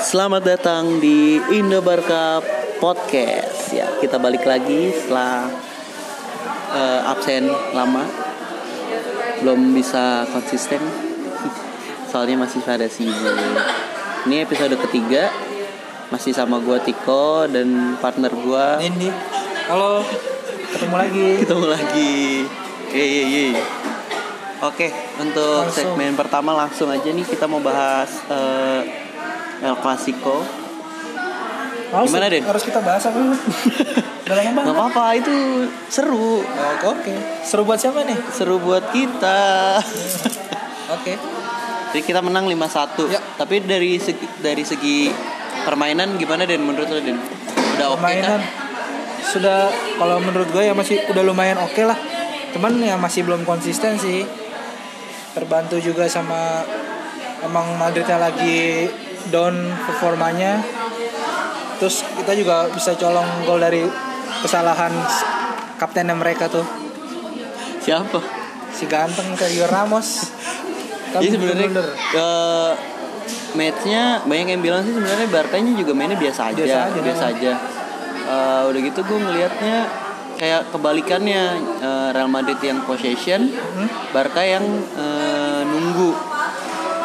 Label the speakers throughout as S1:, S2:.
S1: Selamat datang di Indobarka Podcast. Ya, kita balik lagi setelah eh, absen lama. Belum bisa konsisten. Soalnya masih pada sibuk. Ini episode ketiga. Masih sama gua Tiko dan partner gua.
S2: Ini, halo, ketemu lagi.
S1: Ketemu lagi. Yeay, yeay, yeay. Oke, untuk
S2: Langsung.
S1: segmen pertama langsung aja nih kita mau bahas eh, El Clasico.
S2: Males,
S1: Gimana, Den?
S2: Harus kita bahas apa? Udah lama
S1: Gak
S2: banget.
S1: apa-apa, itu seru.
S2: Oke, oke. Seru buat siapa nih?
S1: Seru buat kita.
S2: Oke.
S1: Jadi kita menang 5-1.
S2: Ya.
S1: Tapi dari segi, dari segi permainan gimana Den menurut lo Den? Udah oke
S2: Permainan
S1: kan?
S2: sudah kalau menurut gue ya masih udah lumayan oke lah. Cuman ya masih belum konsisten sih. Terbantu juga sama emang Madridnya lagi down performanya. Terus kita juga bisa colong gol dari kesalahan s- kaptennya mereka tuh.
S1: Siapa?
S2: Si ganteng Sergio Ramos. Kan
S1: Jadi sebenarnya
S2: bener-bener.
S1: eh, matchnya banyak yang bilang sih sebenarnya Barkanya juga mainnya biasa aja,
S2: Biasa
S1: biasa
S2: aja.
S1: aja. Eh, udah gitu gue ngelihatnya kayak kebalikannya eh, Real Madrid yang possession, Barca yang eh, nunggu.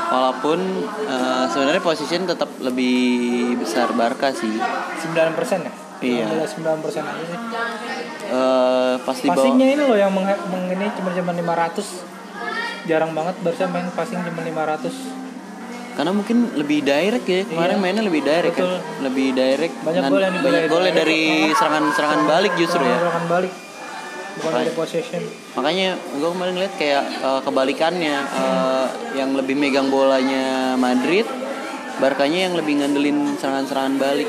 S1: Walaupun eh, sebenarnya position tetap lebih besar Barca sih.
S2: 9 persen ya?
S1: Iya.
S2: 9 persen aja sih.
S1: Eh, pas di bawah
S2: Passingnya ini loh yang meng, meng- ini cuma cuma 500. Jarang banget Barca main passing cuma 500.
S1: karena mungkin lebih direct ya kemarin
S2: Iya.
S1: mainnya lebih direct
S2: Betul.
S1: kan lebih direct
S2: Banyak
S1: dan
S2: gol yang dibilang
S1: banyak golnya
S2: direct.
S1: dari
S2: Karena-
S1: serangan-serangan balik justru ya
S2: Serangan balik. Bukan
S1: Baik.
S2: dari possession.
S1: makanya gue kemarin ngeliat kayak eh, kebalikannya eh, yang lebih megang bolanya Madrid Barkanya yang lebih ngandelin serangan-serangan balik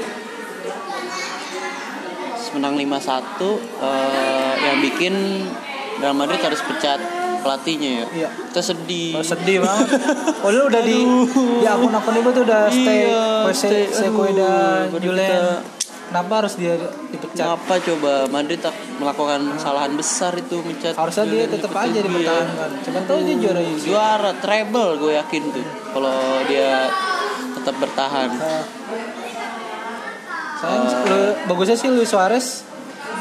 S1: menang 5-1 eh, yang bikin Real Madrid harus pecat pelatihnya ya
S2: Iya.
S1: kita sedih
S2: Oh, sedih banget. Oh, lu udah di di akun-akun itu tuh udah stay
S1: Iya, stay.
S2: Jose Sequeda,
S1: Aduh, baru
S2: Julen.
S1: kita-
S2: Kenapa harus dia dipecat?
S1: Kenapa coba Madrid tak melakukan kesalahan besar itu mencat
S2: Harusnya dia
S1: Julian
S2: tetap
S1: seperti
S2: aja
S1: dia.
S2: dipertahankan. Cuman tuh dia juara UCL.
S1: Juara treble gue yakin tuh kalau dia tetap bertahan.
S2: Nah, Sayang, lu- bagusnya sih Luis Suarez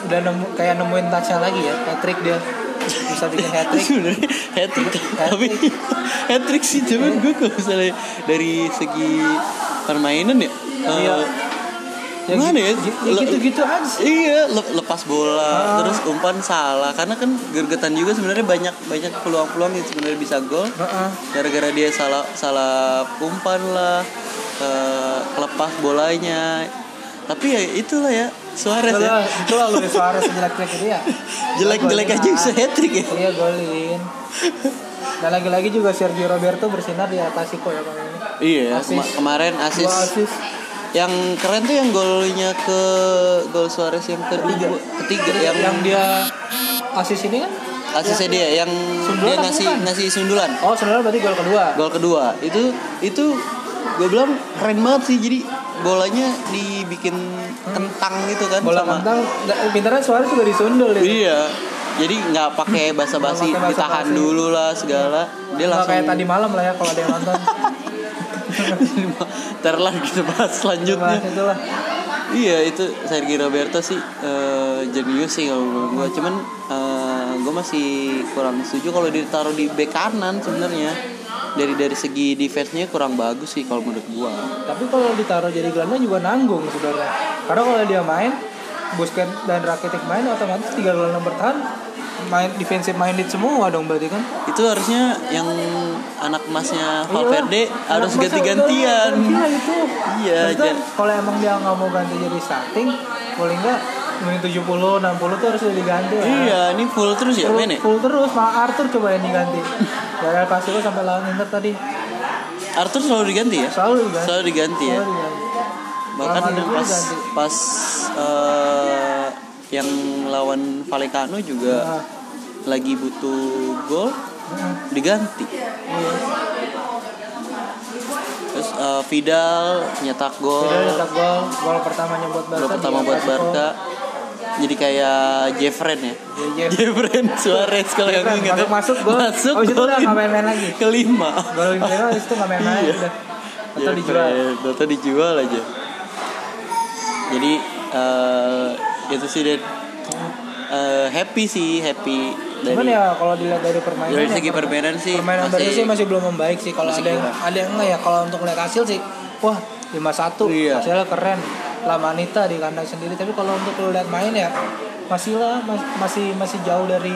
S2: udah nemu, kayak nemuin touchnya lagi ya, hat trick dia bisa bikin hat trick.
S1: Sebenarnya hat trick tapi hat trick sih cuman gue kalau misalnya dari segi permainan ya. eh,
S2: Iya. Ya,
S1: Gimana ya?
S2: gi- ya gitu-gitu aja. sih.
S1: Iya, le- lepas bola, terus umpan salah. Karena kan gergetan juga sebenarnya banyak banyak peluang-peluang yang sebenarnya bisa gol.
S2: Heeh.
S1: gara-gara dia salah salah umpan lah eh, kelepas bolanya tapi ya itulah ya Suarez ya
S2: Itulah, itulah Luis Suarez jelek-jelek itu ya.
S1: jelek-jelek
S2: Golin
S1: aja
S2: lah.
S1: bisa hat trick ya
S2: Iya golin. Dan lagi-lagi juga Sergio Roberto bersinar di atas Iko ya kalau ini.
S1: iya
S2: Asis.
S1: kema- kemarin
S2: Dua
S1: asis
S2: assist.
S1: yang keren tuh yang golnya ke gol Suarez yang ketiga ketiga yang,
S2: Yang dia asis ini kan?
S1: asisnya dia yang
S2: Sundulan
S1: dia ngasih
S2: bukan?
S1: ngasih sundulan
S2: Oh, sebenarnya berarti gol kedua.
S1: gol kedua itu itu gue bilang keren banget sih jadi bolanya dibikin kentang gitu kan
S2: Bola
S1: sama
S2: kentang, da- pintarnya Suarez juga disundul itu.
S1: Iya. Jadi nggak pakai basa-basi,
S2: Nggak pakai
S1: ditahan
S2: basa-basi. Iya.
S1: dulu lah segala. Dia
S2: Nggak
S1: langsung
S2: kayak tadi malam lah ya kalau ada yang nonton.
S1: Ntar lah gitu kita bahas
S2: Bahas
S1: selanjutnya.
S2: itu lah.
S1: Iya itu Sergio Roberto sih eh, jenius sih kalau menurut gua. Cuman gue masih kurang setuju kalau ditaruh di bek kanan sebenarnya. Dari dari segi defense-nya kurang bagus sih kalau menurut gua.
S2: Tapi kalau ditaruh jadi gelandang juga nanggung sebenarnya. Karena kalau dia main, Busquets dan Rakitic main otomatis tiga gelandang bertahan main defensive minded semua dong berarti kan.
S1: Itu harusnya yang anak emasnya Valverde
S2: Iya lah.
S1: harus
S2: Anak masa udah
S1: ganti-gantian.
S2: Iya itu.
S1: Iya,
S2: Maksudnya,
S1: jan-
S2: kalau emang dia nggak mau ganti jadi starting, boleh nggak menit 70 60 tuh harus diganti lah.
S1: Iya, ini full terus ya
S2: Full,
S1: men ya?
S2: full terus malah Arthur coba yang diganti. Dari Pasiro sampai lawan Inter tadi
S1: Arthur selalu diganti ya?
S2: selalu diganti.
S1: Selalu diganti ya.
S2: Selalu diganti.
S1: Bahkan
S2: Sama
S1: yang
S2: Liverpool
S1: pas
S2: diganti.
S1: pas eh, yang lawan Vallecano juga
S2: Nah,
S1: lagi butuh gol
S2: mm,
S1: diganti.
S2: iya.
S1: Terus eh, Vidal nyetak gol
S2: Vidal nyetak gol, ya, gol pertamanya buat Barca.
S1: Oh. gol pertama
S2: di
S1: buat
S2: Atletico.
S1: Barca. Jadi kayak Jeffren ya.
S2: Iya, iya.
S1: Jeffren Suarez kalau yang
S2: Jeffren,
S1: gue ingat. ya.
S2: masuk-masuk gol.
S1: Masuk
S2: Abis itu
S1: gol
S2: udah nggak main-main lagi.
S1: Kelima.
S2: Gol Vidal itu nggak main-main
S1: Iya.
S2: udah. Atau dijual.
S1: atau dijual aja jadi eh, itu sih Dad. Eh, happy sih happy dari
S2: Cuman ya kalau dilihat dari permainan
S1: dari
S2: ya,
S1: segi
S2: per-
S1: permainan sih
S2: permainan
S1: masih-
S2: Barca sih masih belum membaik sih kalau
S1: masih
S2: ada yang
S1: kurang.
S2: ada yang enggak ya kalau untuk lihat hasil sih wah 5-1
S1: Iya.
S2: hasilnya keren La Manita di kandang sendiri tapi kalau untuk lu lihat main ya masih lah mas- masih masih jauh dari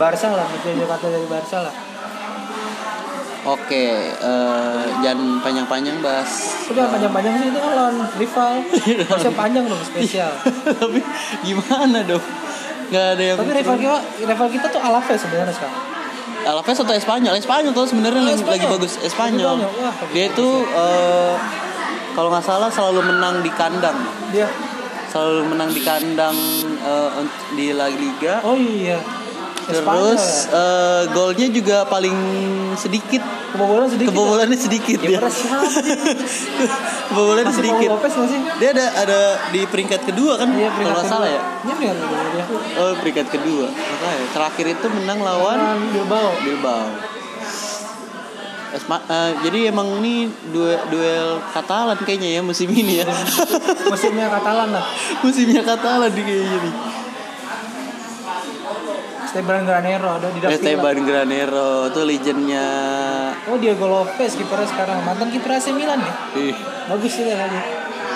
S2: Barca lah masih jauh kata dari Barca lah
S1: oke eh, jangan panjang-panjang bahas
S2: udah panjang-panjang sih itu kan lawan rival
S1: Iya.
S2: masih panjang dong spesial
S1: tapi gimana dong nggak ada yang
S2: tapi rival kita rival kita tuh Alaves sebenarnya sekarang
S1: Alaves atau Espanyol Espanyol tuh sebenarnya
S2: Oh,
S1: lagi,
S2: Espanyol.
S1: lagi bagus Espanyol
S2: Espanyol, wah.
S1: dia itu eh, kalau nggak salah selalu menang di kandang
S2: dia
S1: Iya. selalu menang di kandang eh, unt- di La Liga
S2: oh iya ya?
S1: terus
S2: Espanyol
S1: eh, golnya juga paling sedikit
S2: ya. kebobolan sedikit ya.
S1: kebobolannya sedikit
S2: Ya,
S1: dia
S2: padahal siapa sih?
S1: kebobolannya
S2: Masih Paul
S1: sedikit
S2: Lopez nggak sih?
S1: dia ada ada di peringkat kedua kan
S2: Iya,
S1: kalau nggak salah ya
S2: Dia peringkat kedua dia.
S1: oh peringkat kedua Makanya, terakhir itu menang lawan
S2: Lawan Kan Bilbao.
S1: Bilbao. Esma- eh, jadi emang ini duel, duel Katalan kayaknya ya musim ini ya.
S2: Musimnya Katalan lah.
S1: Musimnya Katalan di kayaknya nih.
S2: Esteban Granero ada di dapil.
S1: Esteban Granero tuh legendnya.
S2: Oh Diego Lopez kipernya sekarang mantan kiper AC Milan ya.
S1: Ih,
S2: Bagus sih tadi.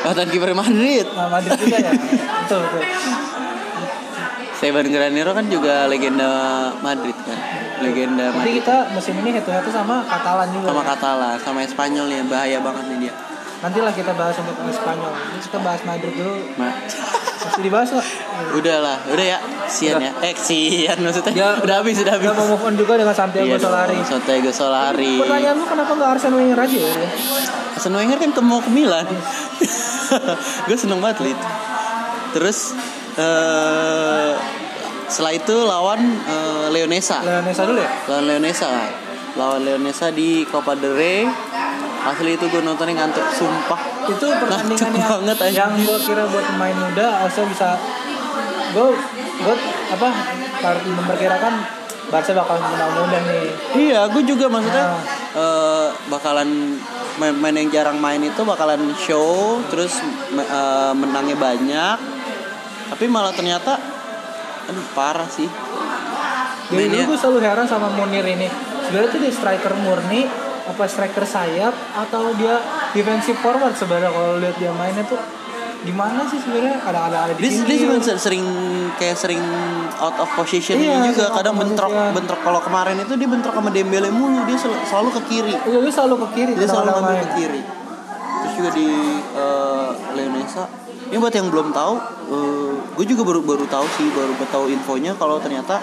S1: mantan kiper Madrid.
S2: Nah, Madrid juga ya. betul betul.
S1: Esteban Granero kan juga legenda Madrid kan. Legenda
S2: Tapi
S1: Madrid.
S2: kita musim ini head to head sama Katalan juga.
S1: Sama Katalan, sama Espanyol nih bahaya banget nih dia.
S2: Nanti lah kita bahas untuk orang Spanyol. Ini kita bahas Madrid dulu.
S1: Ma-
S2: Masih dibahas lah.
S1: udahlah, udah ya. Sian ya. Eh, sian maksudnya.
S2: Ya,
S1: udah habis, udah habis.
S2: Kita mau move on juga dengan Santiago
S1: Iya dong,
S2: Solari.
S1: Santiago Solari.
S2: Pertanyaan lu kenapa nggak Arsene Wenger aja ya?
S1: Arsene Wenger kan ke mau ke Milan. gue seneng banget liat. Terus eh setelah itu lawan eh, Leonesa.
S2: Leonesa dulu ya?
S1: Lawan Leonesa. Lawan Leonesa di Copa del Rey. Asli itu gue nontonnya ngantuk sumpah.
S2: itu pertandingan
S1: Ngantuk
S2: yang,
S1: banget, anjing.
S2: yang gue kira buat pemain muda Alsa bisa gue gue apa par- memperkirakan Barca bakal menang mudah nih
S1: Iya, gue juga maksudnya
S2: Nah.
S1: eh, bakalan main-main yang jarang main itu bakalan show, terus me- eh, menangnya banyak. Tapi malah ternyata, aduh parah sih.
S2: jadi dulu
S1: Mainnya-
S2: gue selalu heran sama Munir ini sebenarnya tuh dia striker murni apa striker sayap atau dia defensive forward sebenarnya kalau lihat dia mainnya tuh gimana sih sebenarnya ada ada ada di
S1: Dia, dia
S2: pinggir.
S1: juga ser- sering kayak sering out of position
S2: Iya,
S1: ini juga
S2: sering out
S1: kadang
S2: of
S1: bentrok
S2: position.
S1: bentrok kalau kemarin itu dia bentrok sama Dembele mulu dia sel- selalu ke kiri
S2: Iya, dia selalu ke kiri
S1: dia selalu
S2: kadang-kadang
S1: ngambil
S2: main.
S1: ke kiri terus juga di eh, Leonesa ini buat yang belum tahu gue juga baru baru tahu sih baru tahu infonya kalau ternyata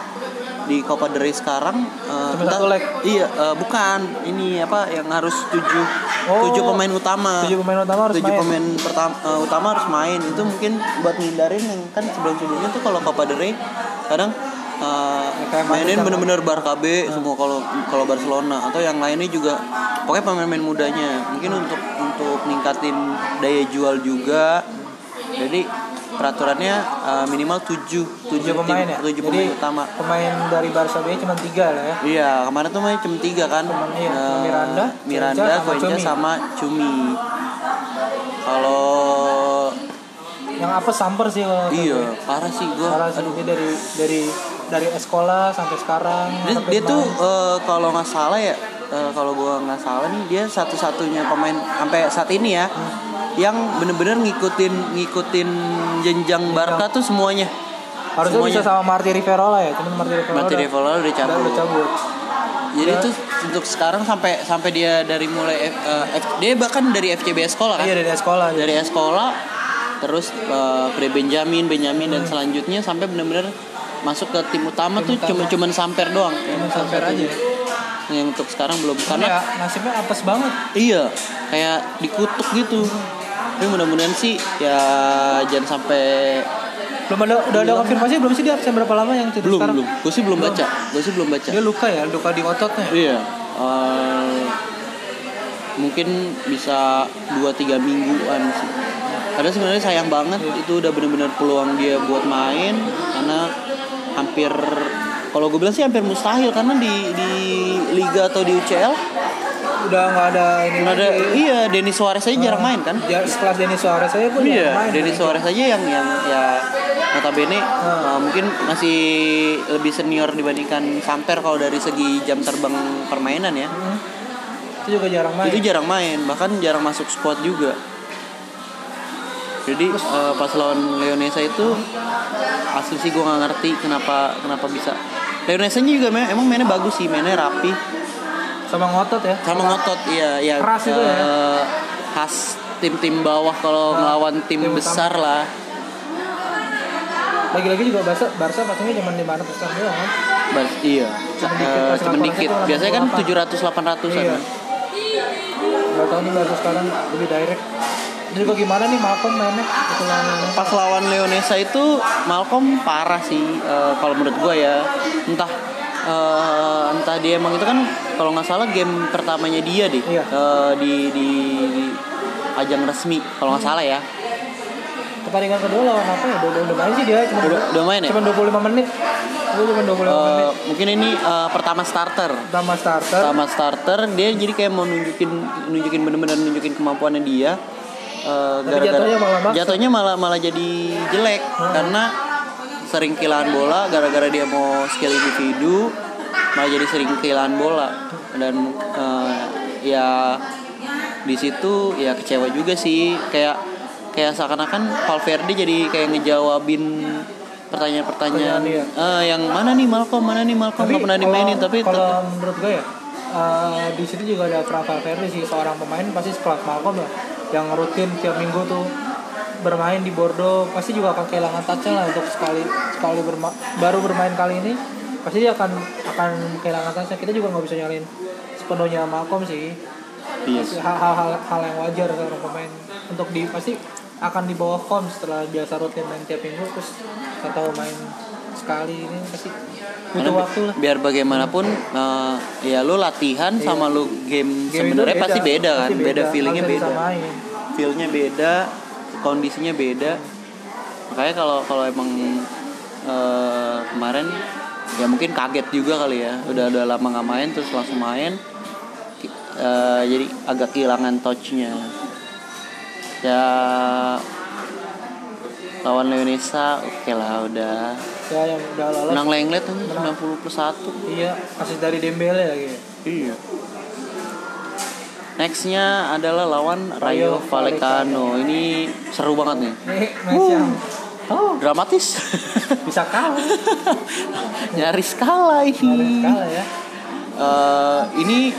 S1: di Copa del Rey sekarang eh,
S2: Cuma satu leg.
S1: iya eh, bukan ini apa yang harus tujuh
S2: Oh,
S1: tujuh pemain utama
S2: tujuh pemain utama harus
S1: tujuh
S2: main
S1: pemain pertama eh, utama harus main itu mungkin buat ngindarin yang kan sebelum sebelumnya tuh kalau Copa del Rey kadang eh,
S2: Ya, kayak Madrid
S1: mainin
S2: sama-
S1: bener-bener Bar KB
S2: Hmm.
S1: semua kalau kalau Barcelona atau yang lainnya juga pokoknya pemain-pemain mudanya mungkin untuk untuk ningkatin daya jual juga jadi peraturannya eh, minimal 7 7
S2: tujuh pemain ya
S1: tujuh
S2: jadi
S1: pemain utama
S2: pemain dari Barca B cuma tiga lah ya
S1: Iya, kemarin tuh main cuma tiga kan.
S2: Cuman, iya,
S1: Eh,
S2: cuma Miranda,
S1: Miranda,
S2: Cuenca, sama
S1: Cuenca
S2: Cumi.
S1: sama Cumi. Kalau
S2: yang apa samper sih kalau kata
S1: iya,
S2: gue.
S1: parah sih gua.
S2: Salah sih, dia dari dari dari sekolah sampai sekarang
S1: Dia,
S2: sampai
S1: dia tuh
S2: kemarin.
S1: eh, kalau nggak salah ya, eh, kalau gua nggak salah nih dia satu-satunya pemain sampai saat ini ya
S2: Hmm.
S1: yang bener-bener ngikutin ngikutin jenjang Barca tuh semuanya.
S2: harusnya
S1: semuanya.
S2: bisa sama Marti Riverola ya cuman Marti Riverola
S1: Martin
S2: udah-
S1: Rivola udah
S2: udah,
S1: cabut.
S2: udah cabut
S1: Jadi itu untuk sekarang sampai sampai dia dari mulai F- eh, F- dia bahkan dari FCBS sekolah kan.
S2: iya dari sekolah dia.
S1: dari sekolah terus eh, Pre Benjamin Benjamin dan selanjutnya sampai benar-benar masuk ke tim utama tuh
S2: utama.
S1: cuma cuman samper doang
S2: Cuman samper aja
S1: yang untuk sekarang belum
S2: karena
S1: karena
S2: ya, nasibnya apes banget
S1: iya kayak dikutuk gitu tapi mudah-mudahan sih ya jangan sampai
S2: belum ada udah ada konfirmasi belum sih dia absen berapa lama yang cedera
S1: Iya. belum
S2: sekarang
S1: belum gue sih belum baca gue sih belum baca
S2: dia luka ya luka di ototnya ya?
S1: iya eh, mungkin bisa 2-3 mingguan sih karena sebenarnya sayang banget itu udah bener-bener peluang dia buat main karena hampir kalau gue bilang sih hampir mustahil karena di di liga atau di UCL
S2: udah udah nggak ada ini
S1: Nggak ada
S2: lagi.
S1: iya Denis Suarez aja jarang main kan
S2: Ya, sekelas Denis Suarez saya pun jarang
S1: iya
S2: main.
S1: Denis Suarez aja yang yang ya notabene
S2: Hmm.
S1: eh, mungkin masih lebih senior dibandingkan Samper kalau dari segi jam terbang permainan ya
S2: Hmm. Itu juga jarang main.
S1: itu jarang main bahkan jarang masuk squad juga jadi eh, pas lawan Leonesa itu asli sih gue nggak ngerti kenapa kenapa bisa Leonesa juga main- emang mainnya bagus sih mainnya rapi
S2: Sama ngotot ya.
S1: sama ngotot iya iya
S2: Keras itu ya.
S1: eh, khas tim-tim bawah kalau
S2: Nah,
S1: ngelawan tim,
S2: tim utama.
S1: besar lah
S2: Lagi-lagi juga Barca Barca pastinya cuma 500 doang kan.
S1: Bar- iya
S2: Cuman
S1: Eh,
S2: dikit, pas
S1: cuman
S2: laporan
S1: dikit
S2: itu langsung
S1: biasanya kan
S2: dua-delapan.
S1: 700 800 an
S2: Iya. Gak tau nih Barca sekarang lebih direct. Ini juga gimana nih Malcolm mainnya setelah
S1: pas lawan Leonesa itu Malcolm parah sih eh, kalau menurut gue ya entah eh, entah dia emang itu kan kalau nggak salah game pertamanya dia deh
S2: Iya.
S1: eh, di, di di ajang resmi kalau nggak salah ya
S2: pertandingan kedua lawan apa ya? Udah, udah main sih dia cuma
S1: udah, udah main ya
S2: cuma 25 menit. Itu cuma 25 menit.
S1: Eh, mungkin ini eh, pertama starter
S2: Pertama starter.
S1: pertama starter dia jadi kayak mau nunjukin nunjukin bener-bener nunjukin kemampuannya dia Eh,
S2: Tapi jatuhnya malah maksa. Hmm.
S1: jatuhnya malah malah jadi jelek karena sering kehilangan bola gara-gara dia mau skill individu malah jadi sering kehilangan bola dan eh, ya di situ ya kecewa juga sih kayak kayak seakan-akan Valverde jadi kayak ngejawabin pertanyaan-pertanyaan
S2: Pertanyaan dia.
S1: eh, yang mana nih Malcolm mana nih Malcolm nggak pernah
S2: kalau-
S1: dimainin tapi
S2: kalau menurut gue ya eh, di situ juga ada Frank Valverde sih seorang pemain pasti sekelas Malcolm lah yang rutin tiap minggu tuh bermain di Bordeaux pasti juga akan kehilangan touchnya lah untuk sekali sekali berma- baru bermain kali ini pasti dia akan akan kehilangan touchnya kita juga nggak bisa nyalain sepenuhnya Malcolm sih
S1: Iya.
S2: hal-hal hal yang wajar seorang pemain untuk di pasti akan dibawa form setelah biasa rutin main tiap minggu terus atau main sekali ini pasti
S1: Karena
S2: butuh
S1: bi-
S2: Gitu waktu lah
S1: biar bagaimanapun eh, ya lu latihan sama lu game,
S2: Game itu
S1: sebenarnya pasti beda kan
S2: Pasti
S1: beda, feelingnya
S2: nggak bisa
S1: beda
S2: disamain.
S1: feelnya beda kondisinya beda makanya kalau kalau emang eh, kemarin ya mungkin kaget juga kali ya udah udah lama nggak main terus langsung main Ki- eh, jadi agak kehilangan touchnya ya lawan Leonesa oke lah udah
S2: ya yang udah lolos
S1: menang lenglet tuh 90 plus 1
S2: iya kasih dari Dembele ya, lagi
S1: Iya. Nextnya adalah lawan
S2: Rayo
S1: Rayo Vallecano. Ini seru banget nih.
S2: ini match Eh, yang oh
S1: Dramatis.
S2: bisa kalah
S1: Nyaris kalah ini.
S2: harus kalah ya
S1: Eh, ini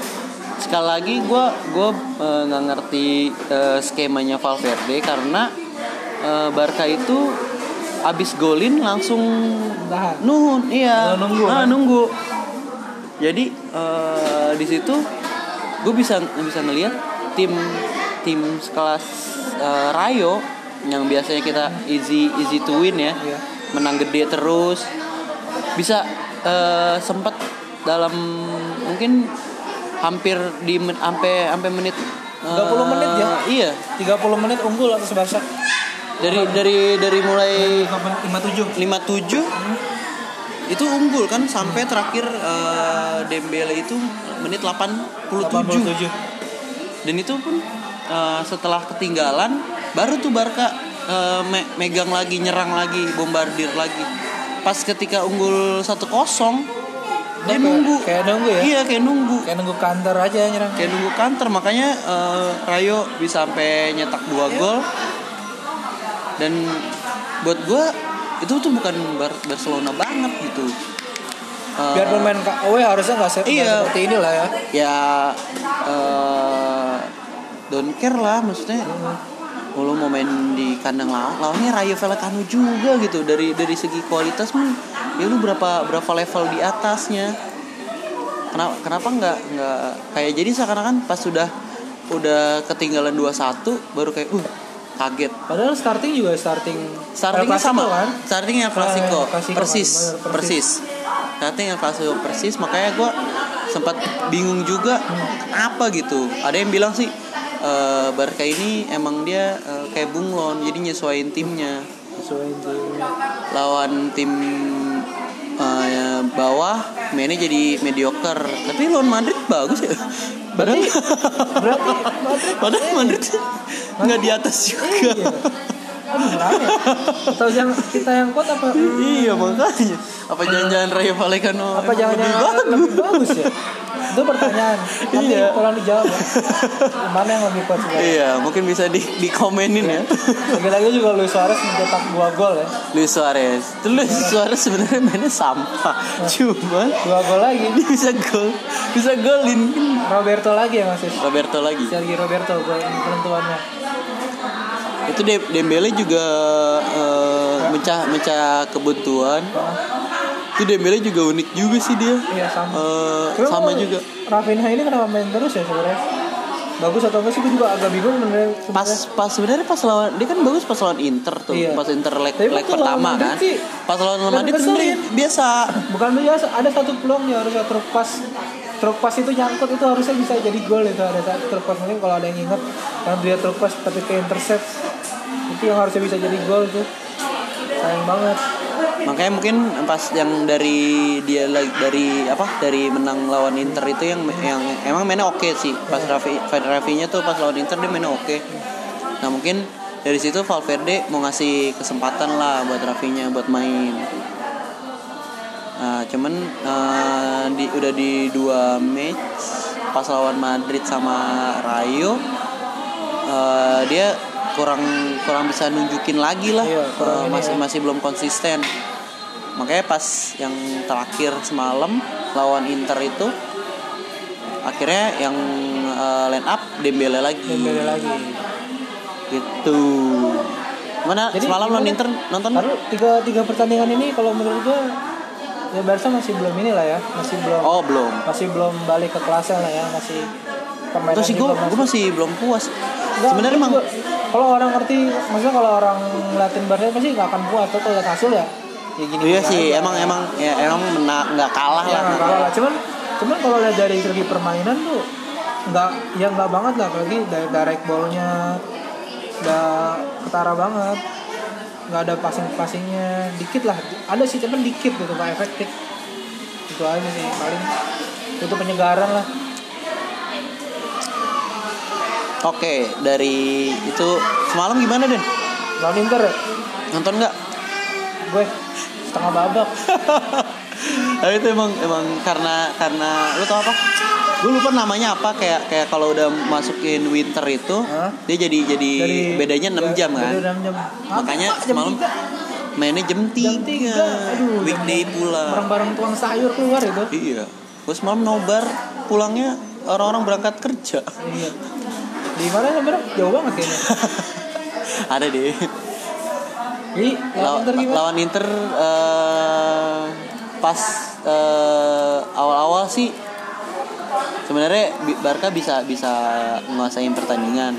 S1: sekali lagi gue gua eh, nggak ngerti eh, skemanya Valverde karena eh, Barca itu abis golin langsung
S2: tahan
S1: nuhun iya
S2: Oh, nunggu,
S1: Ah,
S2: kan?
S1: nunggu jadi eh, di situ gue bisa bisa ngelihat tim tim sekelas eh, Rayo yang biasanya kita easy easy to win ya
S2: Iya.
S1: menang gede terus bisa eh, sempat dalam mungkin hampir di men- sampai sampai menit eh,
S2: 30 menit ya?
S1: iya
S2: 30 menit unggul atas Barca
S1: dari dari dari mulai
S2: 57
S1: 57 itu unggul kan sampai terakhir eh, Dembele itu menit 87 dan itu pun eh, setelah ketinggalan baru tuh Barca eh, me- megang lagi nyerang lagi bombardir lagi pas ketika unggul 1-0 dia
S2: Kayak-
S1: nunggu
S2: kayak nunggu ya?
S1: iya kayak nunggu
S2: kayak nunggu kantor aja nyerang
S1: kayak nunggu kanter makanya eh, Rayo bisa sampai nyetak dua gol dan buat gue itu tuh bukan Bar- Barcelona banget gitu Eh,
S2: biar pemain KW harusnya nggak se- nggak
S1: Iya.
S2: seperti inilah ya
S1: ya eh don't care lah maksudnya lu mau main di kandang lawan lawannya Rayo Vallecano juga gitu dari dari segi kualitas mah ya lu berapa berapa level di atasnya kenapa kenapa nggak nggak kayak jadi seakan-akan pas sudah udah ketinggalan 2-1 baru kayak uh kaget
S2: padahal starting juga starting
S1: startingnya
S2: El Clasico
S1: sama
S2: kan
S1: startingnya El Clasico
S2: El Clasico,
S1: persis
S2: bener, bener,
S1: Eh, persis starting El Clasico persis makanya gue sempat bingung juga apa gitu ada yang bilang sih eh, Barca ini emang dia eh, kayak bunglon jadi nyesuaiin timnya
S2: sesuai timnya.
S1: lawan tim eh, bawah mainnya jadi mediocre tapi lawan Madrid ya. bagus ya
S2: Berarti berarti
S1: Padahal Madrid nggak di atas juga.
S2: aduh kenapa ya? Atau yang kita yang kuat apa?
S1: iya makanya. Apa jangan-jangan Rayo Vallecano
S2: Apa
S1: emang lebih
S2: jangan-jangan
S1: bagus?
S2: lebih bagus ya? Itu pertanyaan. Nanti
S1: Iya.
S2: tolong dijawab. ya. Mana yang lebih kuat sebenarnya?
S1: Iya, mungkin bisa di dikomenin ya.
S2: Lagi-lagi juga Luis Suarez mencetak dua gol ya.
S1: Luis Suarez. Tuh Luis Suarez sebenarnya mainnya sampah. Cuman
S2: Dua gol lagi.
S1: dia bisa gol, bisa golin
S2: Roberto lagi ya maksud.
S1: Roberto lagi.
S2: Sergi Roberto gol penentuannya.
S1: Itu Dem- Dembele juga eh, mecah mecah kebuntuan. Itu Dembele juga unik juga sih dia.
S2: Iya sama.
S1: Eh,
S2: Cuma
S1: sama
S2: kok
S1: juga.
S2: Rafinha ini kenapa main terus ya sebenarnya? Bagus atau enggak sih? Gue juga agak bingung sebenarnya.
S1: Pas pas sebenarnya pas lawan dia kan bagus pas lawan Inter tuh.
S2: Iya.
S1: Pas Inter leg,
S2: Tapi
S1: leg
S2: waktu lawan
S1: pertama
S2: Madrid
S1: kan.
S2: sih,
S1: Pas lawan
S2: udah
S1: Madrid
S2: ngeselin.
S1: sebenarnya biasa.
S2: Bukan biasa, ada satu peluang yang harusnya truk pas truk pas itu nyangkut itu harusnya bisa jadi gol itu ada saat truk pas mungkin kalau ada yang ingat kan dia truk pas tapi ke intercept itu yang harusnya bisa jadi gol tuh sayang banget
S1: Makanya mungkin pas yang dari dia lagi dari apa? Dari menang lawan Inter itu yang yang emang mainnya oke sih. Pas
S2: Iya.
S1: Rafi Rafinya tuh pas lawan Inter dia mainnya oke. Nah, mungkin dari situ Valverde mau ngasih kesempatan lah buat Rafinya buat main. Nah, cuman eh, di, udah di dua match pas lawan Madrid sama Rayo eh, dia kurang kurang bisa nunjukin lagi lah
S2: Iya, kurang
S1: Eh,
S2: ini
S1: masih masih belum konsisten makanya pas yang terakhir semalam lawan Inter itu akhirnya yang eh, line up Dembele lagi
S2: dan beda lagi
S1: gitu mana
S2: Jadi
S1: semalam lawan
S2: gimana?
S1: Inter nonton
S2: lalu tiga tiga pertandingan ini kalau menurut gua ya Barca masih belum ini lah ya masih belum
S1: oh belum
S2: masih belum balik ke kelasnya lah ya masih permainan
S1: Terus sih gue
S2: juga masih-
S1: gue masih belum puas.
S2: Enggak,
S1: Sebenarnya emang
S2: gua- kalau orang ngerti maksudnya kalau orang ngeliatin Barca pasti nggak akan puas tuh kalau lihat hasil ya ya gini Iya.
S1: iya sih emang emang ya emang mena- nggak kalah lah.
S2: nggak kalah lah cuman cuman kalau lihat dari segi permainan tuh nggak ya nggak banget lah apalagi dari direct ballnya udah ketara banget nggak ada passing passingnya dikit lah ada sih cuman dikit gitu nggak efektif itu aja sih paling itu penyegaran lah
S1: Oke dari itu semalam gimana Den?
S2: lawan Inter ya?
S1: Nonton nggak?
S2: gue setengah babak
S1: Tapi itu emang emang karena karena lu tau apa? Gue lupa namanya apa kayak kayak kalau udah masukin winter itu
S2: Hah?
S1: dia jadi jadi
S2: Dari-
S1: bedanya 6 jam
S2: Beda
S1: kan.
S2: 6 jam.
S1: Makanya
S2: Apa, jam
S1: semalam
S2: tiga?
S1: mainnya jam
S2: jam
S1: 3.
S2: 3. Aduh,
S1: Weekday
S2: jam-
S1: pulang.
S2: Bareng-bareng tuang sayur keluar itu.
S1: Iya. Gue semalam nobar pulangnya orang-orang berangkat kerja.
S2: Iya. Di mana sebenarnya? Jauh banget kayaknya.
S1: Ada deh.
S2: Jadi, lawan
S1: Law-
S2: Inter gimana?
S1: lawan Inter eh, pas eh, awal-awal sih sebenarnya Bi- Barca bisa bisa menguasai pertandingan.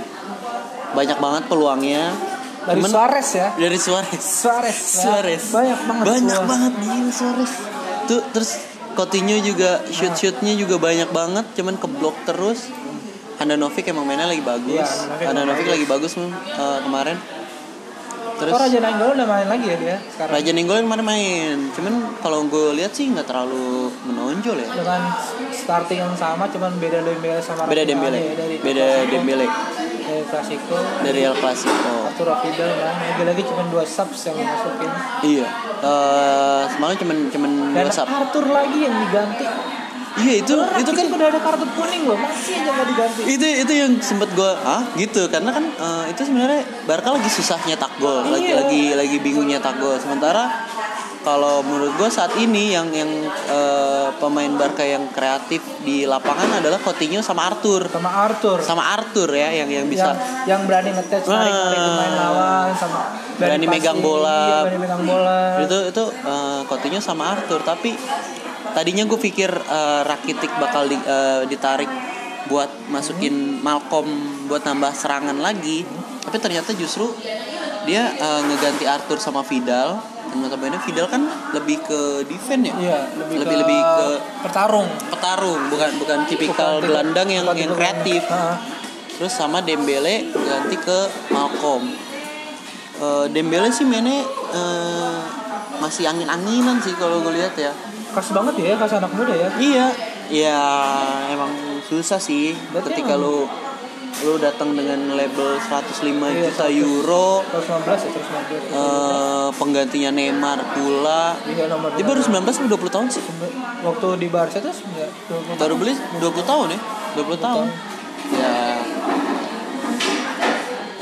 S1: Banyak banget peluangnya.
S2: Dari
S1: Cuman-
S2: Suarez ya.
S1: dari Suarez.
S2: Suarez.
S1: Suarez.
S2: Banyak banget.
S1: Banyak
S2: peluang.
S1: banget gila Suarez. Tuh terus Coutinho juga
S2: Nah.
S1: shoot-shootnya juga banyak banget cuman keblok terus. Handanovic emang mainnya lagi bagus.
S2: Iya, Handanovic
S1: Handanovic
S2: emang
S1: lagi bagus mem- eh, kemarin. Terus
S2: Kok Raja Nanggol udah main lagi ya dia sekarang?
S1: Raja Ninggol yang kemarin main. Cuman kalau gue lihat sih nggak terlalu menonjol ya.
S2: Dengan starting yang sama cuman beda Dembele sama
S1: Beda
S2: Rafinha
S1: Dembele.
S2: aja ya, dari
S1: Beda
S2: Clasico-
S1: Dembele
S2: Dari Klasiko
S1: dari El Clasico.
S2: Arturo Vidal kan lagi-lagi cuman dua subs yang masukin
S1: Iya. Eh, semalam cuman cuman
S2: dan
S1: dua sub.
S2: Arthur lagi yang diganti
S1: Iya itu itu kan
S2: udah ada kartu kuning loh masih aja nggak diganti
S1: itu itu yang sempet gue ah gitu karena kan eh, itu sebenarnya Barca lagi susah nyetak gol lagi
S2: Iya.
S1: lagi lagi bingung nyetak gol sementara kalau menurut gue saat ini yang yang eh, pemain Barca yang kreatif di lapangan adalah Coutinho sama Arthur
S2: sama Arthur
S1: sama Arthur ya yang yang bisa
S2: yang yang berani ngetouch tarik tarik pemain
S1: Ah.
S2: lawan sama
S1: Berani megang bola.
S2: iya, berani megang bola
S1: itu itu eh, Coutinho sama Arthur tapi tadinya gue pikir eh, Rakitic bakal di- eh, ditarik buat masukin Malcolm buat nambah serangan lagi tapi ternyata justru dia eh, ngeganti Arthur sama Vidal dan notabene Vidal kan lebih ke defense ya
S2: iya lebih,
S1: lebih
S2: ke,
S1: lebih ke
S2: pertarung
S1: petarung bukan bukan tipikal
S2: Bukan-
S1: gelandang yang
S2: bukan
S1: yang
S2: tipe-
S1: kreatif
S2: Ah.
S1: terus sama Dembele ganti ke Malcolm Eh, Dembele sih mainnya eh, masih angin-anginan sih kalau gue lihat ya
S2: khas banget ya khas anak muda ya
S1: iya ya emang susah sih
S2: Berarti
S1: ketika lu lu datang dengan label 105
S2: Iya,
S1: juta euro
S2: 115 ya 115
S1: eh, penggantinya Neymar pula
S2: Iya nomor
S1: dia baru 19 atau 20 tahun sih
S2: waktu di Barca tuh sembilan- 20
S1: baru beli 20 tahun ya 20 tahun ya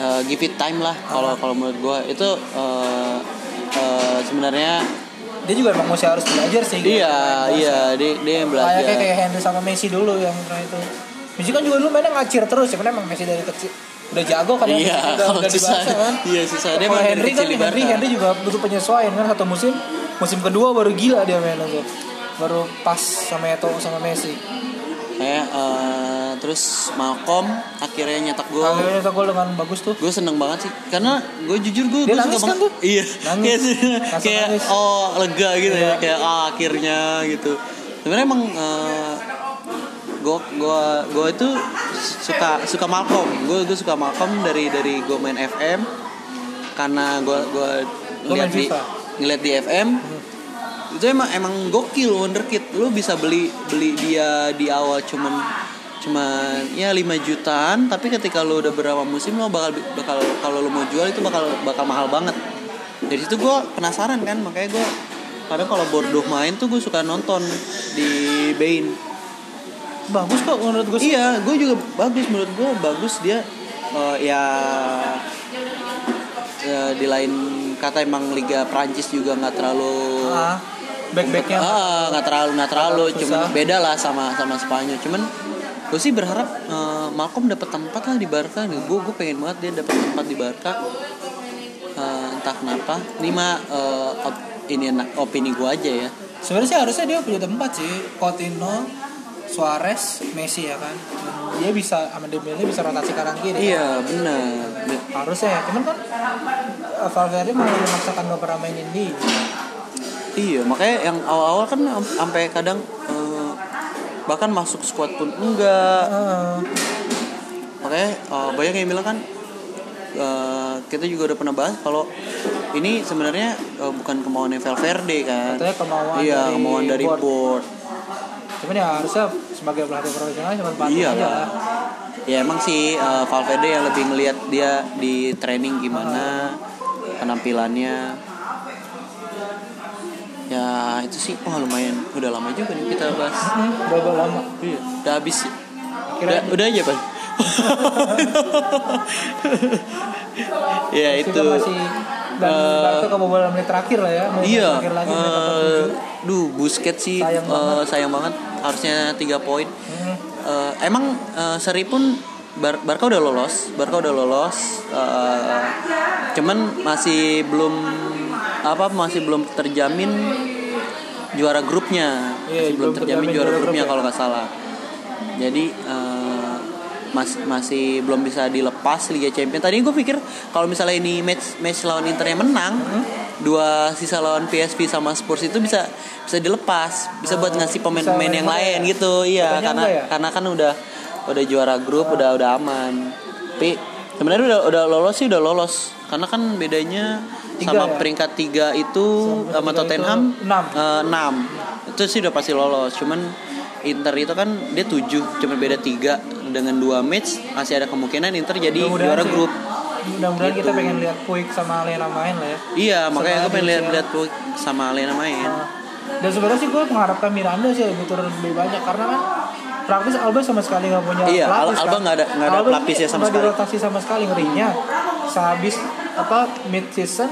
S1: eh, give it time lah kalau kalau menurut gua itu eh, eh, sebenarnya
S2: dia juga emang masih harus belajar sih gitu.
S1: iya iya dia dia yang
S2: kayak kayak
S1: belajar
S2: kayak Henry sama Messi dulu yang pernah itu Messi kan juga dulu mainnya ngacir terus ya emang Messi dari kecil udah jago kan ya,
S1: iya
S2: Messi juga
S1: kalau
S2: udah di
S1: susah
S2: Barca kan
S1: iya susah dia
S2: kalau
S1: emang dari
S2: Henry kan
S1: kecil di
S2: Henry
S1: Barca.
S2: Henry juga butuh penyesuaian kan satu musim musim kedua baru gila dia mainnya tuh baru pas sama Eto'o sama Messi
S1: Kayak, eh, terus Malcolm akhirnya nyetak gol
S2: akhirnya itu gol dengan bagus tuh
S1: gue seneng banget sih karena gue jujur gue
S2: Dia
S1: gue suka
S2: nangis kan
S1: banget
S2: tuh?
S1: iya
S2: Nangis.
S1: kayak sih,
S2: Langsung
S1: kayak
S2: nangis.
S1: oh lega gitu
S2: Iya.
S1: ya kayak ah, akhirnya gitu sebenarnya emang eh, gue gue gue itu suka suka Malcolm gue gue suka Malcolm dari dari gue main FM karena gue gue
S2: Lu
S1: ngeliat
S2: main
S1: di
S2: FIFA? Hmm.
S1: ngeliat di FM itu emang emang gokil wonderkid lu bisa beli beli dia di awal cuman cuman ya 5 jutaan tapi ketika lu udah berapa musim lo bakal bakal kalau lu mau jual itu bakal bakal mahal banget dari situ gue penasaran kan makanya gue kadang kalau Bordeaux main tuh gue suka nonton di Bein
S2: bagus kok menurut gue sih
S1: iya gue juga bagus menurut gue bagus dia eh, ya eh, di lain kata emang Liga Prancis juga nggak terlalu
S2: ah, back backnya
S1: Ah, nggak terlalu nggak terlalu,
S2: Susah.
S1: cuman beda lah sama sama Spanyol. Cuman gue sih berharap eh, Malcolm dapat tempat lah di Barca. Gue gue pengen banget dia dapat tempat di Barca. Eh, entah kenapa. Ini mah eh, op- ini enak opini gue aja ya.
S2: sebenarnya sih harusnya dia punya tempat sih Coutinho Suarez Messi ya kan dia bisa sama Dembele bisa rotasi kanan kiri
S1: Iya benar. Be-
S2: harusnya ya cuman kan eh, Valverde malah memaksakan gak pernah mainin dia
S1: Iya makanya yang awal-awal kan am- sampai kadang eh, bahkan masuk squad pun enggak.
S2: Eh,
S1: makanya uh, banyak yang bilang kan uh, kita juga udah pernah bahas kalau ini sebenarnya uh, bukan kemauannya Valverde kan
S2: Katanya kemauan
S1: iya
S2: dari
S1: kemauan dari
S2: board.
S1: board,
S2: cuman ya harusnya sebagai pelatih profesional cuma patuh
S1: iya
S2: aja lah
S1: lah ya emang sih uh, Valverde yang lebih ngelihat dia di training gimana penampilannya ya itu sih wah lumayan udah lama juga nih kita bahas
S2: Hmm, berapa lama
S1: iya. udah habis ya? udah,
S2: Kirain-
S1: udah aja pak ya
S2: Terus
S1: itu
S2: juga masih dan
S1: Eh,
S2: Barca kebobolan menit terakhir lah ya menit
S1: Iya.
S2: terakhir lagi menit
S1: eh, duh, busket sih
S2: Sayang
S1: eh, sayang banget. Harusnya 3 poin.
S2: 47. Hmm,
S1: Eh, emang eh, seri pun Bar- Barca udah lolos, Barca udah lolos. eh, cuman masih belum apa masih belum terjamin juara grupnya. masih
S2: Iya,
S1: belum
S2: belum
S1: terjamin
S2: terjamin
S1: juara
S2: juara
S1: grupnya
S2: grup ya.
S1: kalau nggak salah. Jadi eh, mas- masih belum bisa dilepas Liga Champions. Tadi gue pikir kalau misalnya ini match match lawan Inter yang menang, dua sisa lawan PSV sama Spurs itu bisa bisa dilepas, bisa buat ngasih pemain-pemain
S2: Ah, main
S1: yang
S2: mana
S1: lain
S2: ya?
S1: gitu. Iya,
S2: Katanya
S1: karena
S2: enggak ya?
S1: karena kan udah udah juara grup, udah udah aman. Tapi sebenarnya udah udah lolos sih udah lolos. Karena kan bedanya
S2: Tiga
S1: sama
S2: ya?
S1: peringkat tiga itu
S2: Sama
S1: sama
S2: peringkat tiga
S1: Tottenham
S2: itu enam.
S1: eh, enam. Itu sih udah pasti lolos. Cuman Inter itu kan dia tujuh, cuma beda tiga dengan dua match masih ada kemungkinan Inter jadi
S2: Mudah-mudahan
S1: juara
S2: sih.
S1: grup.
S2: mudah-mudahan kita
S1: Gitu.
S2: pengen lihat Puig sama Lena main lah ya
S1: Iya, makanya
S2: Sama
S1: gue pengen
S2: Aditya.
S1: lihat-lihat Puig sama Lena main.
S2: Nah, dan sebenarnya sih gue mengharapkan Miranda sih lebih turun lebih banyak karena kan praktis Alba sama sekali nggak punya
S1: Iya, Al-
S2: pelapis,
S1: Alba
S2: kan.
S1: nggak ada- nggak ada
S2: Alba ini
S1: pelapisnya sama
S2: nggak
S1: sekali.
S2: dirotasi sama sekali ngerinya sehabis apa mid season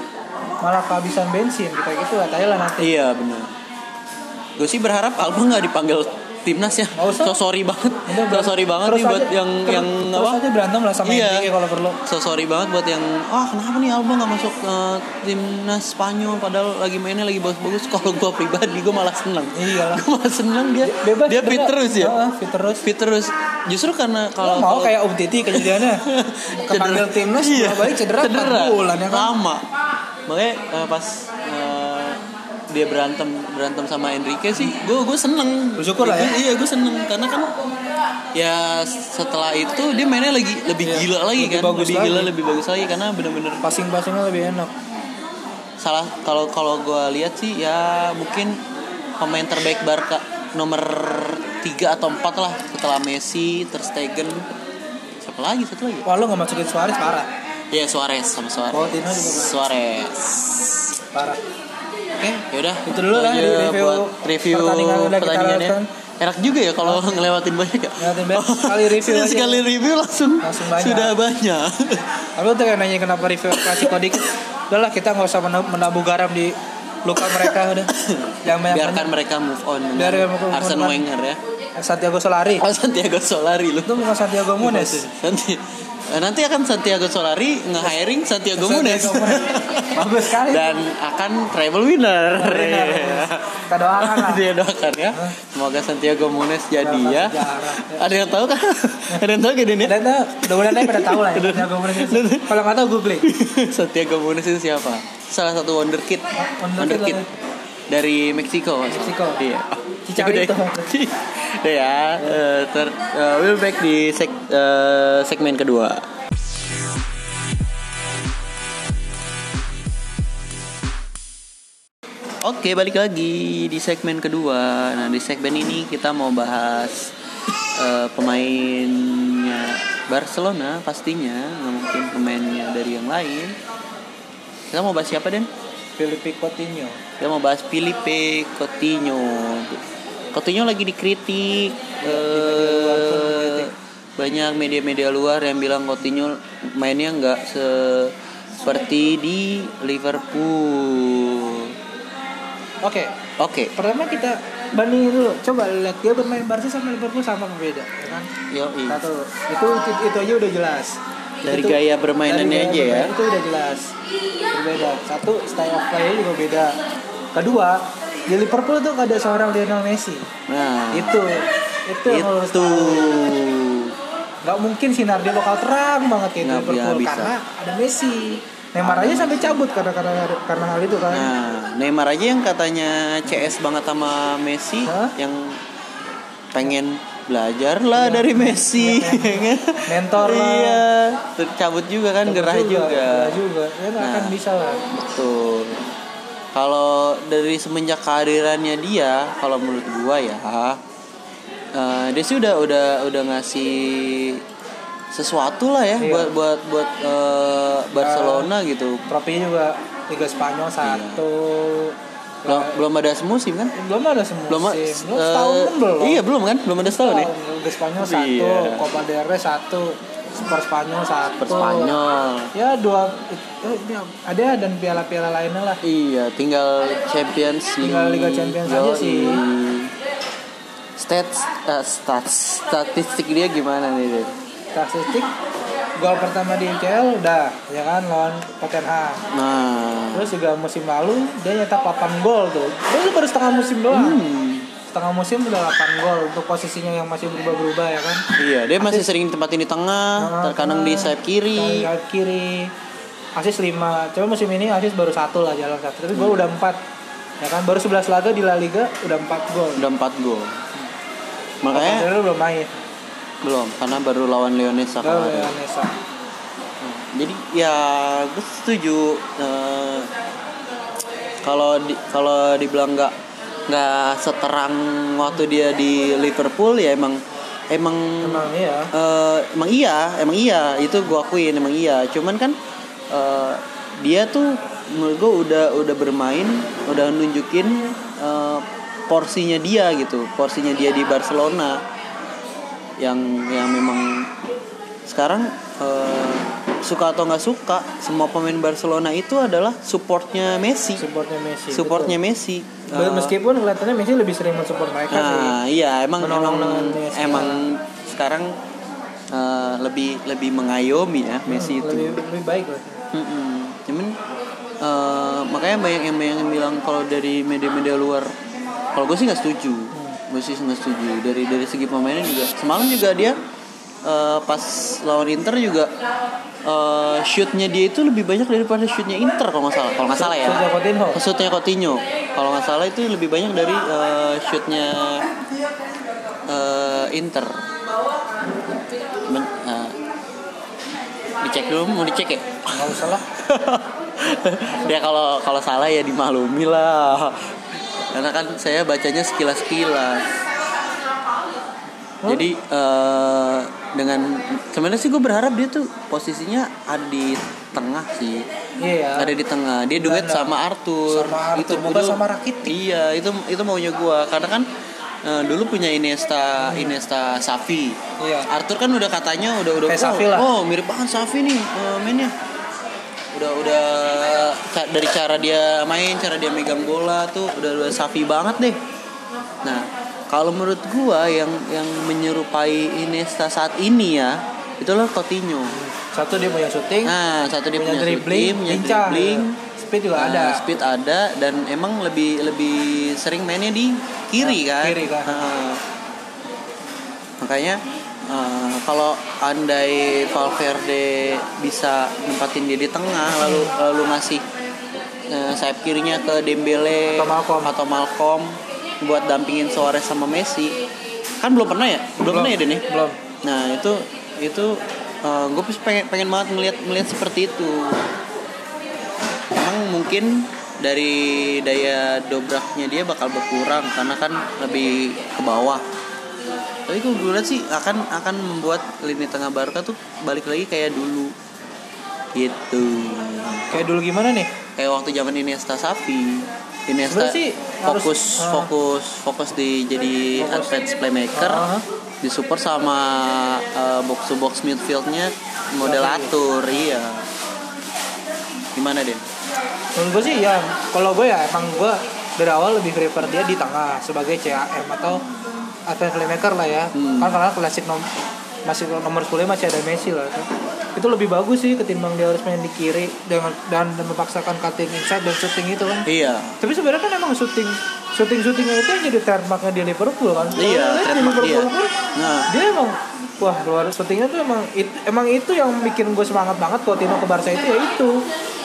S2: malah kehabisan bensin gitu gitu katanya lah nanti
S1: Iya benar. Gue sih berharap Alba nggak dipanggil timnas ya.
S2: Nggak usah.
S1: So sorry banget. So
S2: Udah,
S1: sorry banget
S2: terus
S1: nih buat
S2: aja-
S1: yang
S2: terus-
S1: yang
S2: terus
S1: apa?
S2: aja berantem lah sama
S1: Iya.
S2: Enrique kalau perlu
S1: So sorry banget buat yang ah kenapa nih Alba nggak masuk eh, timnas Spanyol padahal lagi mainnya lagi bagus-bagus. Kalau gue pribadi gue malah seneng.
S2: Iyalah.
S1: Gue malah seneng dia.
S2: bebas
S1: dia fit
S2: bener.
S1: terus ya.
S2: Heeh, fit terus
S1: Fit terus. Justru karena kalau
S2: mau kayak Om Titi kejadiannya kepanggil timnas
S1: iya.
S2: iya. balik cedera, empat bulan ya kan
S1: lama makanya eh, pas eh, dia berantem berantem sama Enrique sih gue gue seneng
S2: Bersyukur lah ya.
S1: Gua- iya gue seneng karena kan ya setelah itu dia mainnya lagi lebih
S2: Iya,
S1: gila lagi
S2: lebih
S1: kan
S2: bagus
S1: lebih gila
S2: lagi.
S1: lebih bagus lagi karena bener-bener
S2: passing-passingnya lebih enak
S1: salah kalau kalau gue lihat sih ya mungkin pemain terbaik Barca nomor tiga atau empat lah setelah Messi, Ter Stegen, siapa lagi satu lagi?
S2: Wah lu gak masukin Suarez parah
S1: Ya Suarez sama Suarez.
S2: Oh, Tino juga masuk.
S1: Suarez.
S2: Parah Oke
S1: Ya udah,
S2: Itu dulu lah
S1: aja
S2: di review
S1: buat review
S2: pertandingan udah kita
S1: pertandingannya.
S2: lakukan.
S1: Enak juga ya kalau ngelewatin banyak ya.
S2: Ngelewatin banyak, sekali review
S1: Sudah
S2: aja.
S1: sekali review langsung,
S2: Langsung banyak.
S1: sudah banyak.
S2: Tapi untuk yang nanya kenapa review kasih kodik Udahlah kita gak usah menab- menabuh garam di luka mereka udah Jangan banyak
S1: Biarkan mereka move on dengan
S2: Biarkan mereka move
S1: Arsene
S2: on.
S1: Wenger ya.
S2: nanya. Santiago Solari
S1: Oh Santiago Solari lu.
S2: Itu bukan Santiago Munes
S1: Nanti nanti akan Santiago Solari nge-hiring Santiago Munes.
S2: Bagus sekali
S1: Dan akan treble winner.
S2: Benar.
S1: Iya.
S2: Kita doakan lah
S1: Dia doakan ya. Semoga Santiago Munes jadi
S2: Doakan
S1: ya.
S2: sejarah.
S1: Ada yang tahu kan? Ada yang tahu gini ya?
S2: Dan tuh mudah-mudahan aja pada tahu lah ya Santiago Munes itu. Kalau nggak tahu googling
S1: Santiago Munes itu siapa? Salah satu wonderkid.
S2: wonderkid
S1: Wonderkid.
S2: lah.
S1: Dari Meksiko.
S2: Meksiko.
S1: Iya.
S2: Chicharito.
S1: Udah Udah ya. eh, ter- eh, we'll back di seg- eh, segmen kedua. Oke, balik lagi di segmen kedua. Nah, di segmen ini kita mau bahas eh, pemainnya Barcelona pastinya, nggak mungkin pemainnya dari yang lain. Kita mau bahas siapa, Den?
S2: Felipe Coutinho
S1: Kita mau bahas Filipe Coutinho. Coutinho lagi dikritik. eh, banyak media-media luar yang bilang Coutinho mainnya nggak seperti di Liverpool.
S2: Oke
S1: Oke,
S2: Pertama kita bandingin dulu Coba lihat dia bermain Barca sama Liverpool sama apa beda ya kan?
S1: yoi.
S2: Satu itu, itu itu aja udah jelas
S1: Dari
S2: Itu-
S1: gaya bermainannya
S2: dari gaya
S1: aja ya.
S2: bermain Itu udah jelas Berbeda Satu style of play juga beda Kedua Di Liverpool tuh nggak ada seorang Lionel Messi
S1: Nah,
S2: Itu Itu yang lo harus
S1: itu
S2: Gak mungkin sinar dia bakal terang banget kayak
S1: Nggak,
S2: Liverpool
S1: nggak bisa.
S2: karena ada Messi. Neymar aja sampai cabut karena karena karena hal itu kan.
S1: Nah, Neymar aja yang katanya CS banget sama Messi
S2: Hah?
S1: yang pengen belajar lah dari Messi. ya kan?
S2: Iya. Mentor lah.
S1: Iya, tercabut juga kan gerah juga.
S2: Gerah juga. Ya nggak
S1: Nah.
S2: akan bisa lah.
S1: Betul. Kalau dari semenjak kehadirannya dia, kalau menurut gua ya, eh, dia sih udah udah udah ngasih sesuatu lah ya
S2: Iya. Ah.
S1: buat buat buat eh, Barcelona gitu.
S2: Trofinya juga Liga Spanyol
S1: Iya.
S2: satu.
S1: Belum, belum ada semusim kan?
S2: Belum ada semua.
S1: belum
S2: sih.
S1: eh,
S2: belum setahun pun belum.
S1: iya belum kan belum ada setahun ya
S2: Setahun. Liga Spanyol satu,
S1: Iya.
S2: Copa del Rey satu, Spor Spanyol satu.
S1: per Spanyol
S2: Ya dua eh, ini ada dan piala-piala lainnya lah.
S1: iya tinggal Champions League
S2: Tinggal Liga Champions aja
S1: Yoi.
S2: sih.
S1: stats eh, stats statistik dia gimana nih Den?
S2: statistik gol pertama di UCL udah ya kan lawan Tottenham
S1: nah
S2: terus juga musim lalu dia nyetak 8 gol tuh itu baru setengah musim doang
S1: hmm,
S2: setengah musim udah 8 gol untuk posisinya yang masih berubah-berubah ya kan
S1: iya dia masih sering tempatin di tengah
S2: Nah,
S1: Ah, terkadang di sayap kiri
S2: Kayak kan, kiri asis 5 coba musim ini asis baru satu lah jalan satu tapi
S1: Hmm.
S2: gol udah 4 ya kan baru 11 laga di La Liga udah 4 gol
S1: udah 4 gol makanya
S2: Padahal belum main
S1: belum karena baru lawan Leones
S2: gol
S1: kemarin
S2: Leonesa
S1: Hmm. jadi ya gue setuju eh, kalau di, kalau dibilang nggak nggak seterang waktu dia di Liverpool ya emang emang
S2: emang iya
S1: eh, emang iya emang iya itu gua akuin emang iya cuman kan eh, dia tuh menurut gue udah udah bermain udah nunjukin eh, porsinya dia gitu porsinya dia di Barcelona yang yang memang sekarang eh, suka atau nggak suka semua pemain Barcelona itu adalah supportnya Messi
S2: supportnya Messi
S1: supportnya
S2: betul.
S1: Messi
S2: Be-
S1: Eh,
S2: meskipun kelihatannya Messi lebih sering mensupport mereka sih
S1: Nah, iya emang emang
S2: Menolong dengan Messi. ya.
S1: emang sekarang eh, lebih lebih mengayomi ya Messi itu.
S2: Hmm, lebih lebih baik lah
S1: Mm-mm. Cuman eh, makanya banyak yang banyak yang bilang kalau dari media-media luar, kalau gue sih nggak setuju.
S2: Hmm.
S1: Gue sih nggak setuju. Dari dari segi pemainnya juga. Semalam juga dia eh, pas lawan Inter juga eh, shootnya dia itu lebih banyak daripada shootnya Inter kalau nggak salah. Kalau nggak salah ya.
S2: Sergio Coutinho
S1: Shootnya Coutinho kalau nggak salah itu lebih banyak dari eh, shootnya eh, Inter. Men, eh, dicek dulu mau dicek ya.
S2: nggak usah lah
S1: ya kalau kalau salah ya dimaklumi lah. Karena kan saya bacanya sekilas-sekilas. Jadi eh, dengan sebenarnya sih gue berharap dia tuh posisinya ada di tengah sih.
S2: Iya ya.
S1: Ada di tengah. Dia duet
S2: Benar.
S1: sama Arthur.
S2: Sama Arthur, bukan sama Rakitic.
S1: Iya, itu itu maunya gua karena kan eh, dulu punya Iniesta, Iniesta Safi.
S2: Iya.
S1: Arthur kan udah katanya udah udah
S2: Kayak
S1: "Wow,
S2: Safi lah."
S1: Oh, mirip banget Safi nih eh, mainnya. Udah udah ca- dari cara dia main, cara dia megang bola tuh udah udah Safi banget deh. Nah, kalau menurut gua yang yang menyerupai Iniesta saat ini ya, itulah Coutinho.
S2: Satu dia punya syuting,
S1: Nah, satu dia
S2: Iya. punya
S1: punya,
S2: dribbling,
S1: shooting, punya
S2: lincah.
S1: dribbling,
S2: Speed juga
S1: Nah,
S2: ada.
S1: Speed ada dan emang lebih lebih sering mainnya di kiri
S2: Nah,
S1: kan.
S2: kiri kan.
S1: Nah, makanya eh, kalau andai Valverde bisa nempatin dia di tengah lalu lalu ngasih eh, sayap kirinya ke Dembele
S2: Atau Malcolm.
S1: atau Malcolm buat dampingin Suarez sama Messi. Kan belum pernah ya? Belum, pernah ya, Den? ya?
S2: Belum.
S1: Nah, itu itu gue pengen pengen banget ngeliat ngeliat seperti itu. Emang mungkin dari daya dobraknya dia bakal berkurang karena kan lebih ke bawah. Tapi gue lihat sih akan akan membuat lini tengah Barca tuh balik lagi kayak dulu. Gitu.
S2: Kayak dulu gimana nih?
S1: Kayak waktu zaman Iniesta Safi. Iniesta
S2: Sebenarnya sih harus-
S1: fokus
S2: ah.
S1: fokus fokus di jadi
S2: Fokus.
S1: advanced playmaker
S2: Ah.
S1: disupport sama uh, box to box midfieldnya model
S2: Oke.
S1: atur iya gimana Den?
S2: Menurut gue sih ya, kalau gue ya emang gue dari awal lebih prefer dia di tengah sebagai CAM atau advance playmaker lah ya.
S1: Hmm.
S2: Kan karena klasik nom masih nomor 10 masih ada Messi lah. Itu, itu lebih bagus sih ketimbang dia harus main di kiri dengan dan, dan memaksakan cutting inside dan shooting itu kan.
S1: iya
S2: Tapi sebenarnya kan emang shooting shooting shootingnya itu yang jadi trademarknya di Liverpool kan. Kalau
S1: Iya,
S2: lu lihat di
S1: trademark dia.
S2: Liverpool pun,
S1: Nah.
S2: Dia emang wah luar shootingnya tuh emang it- emang itu yang bikin gue semangat banget Coutinho ke Barca itu ya itu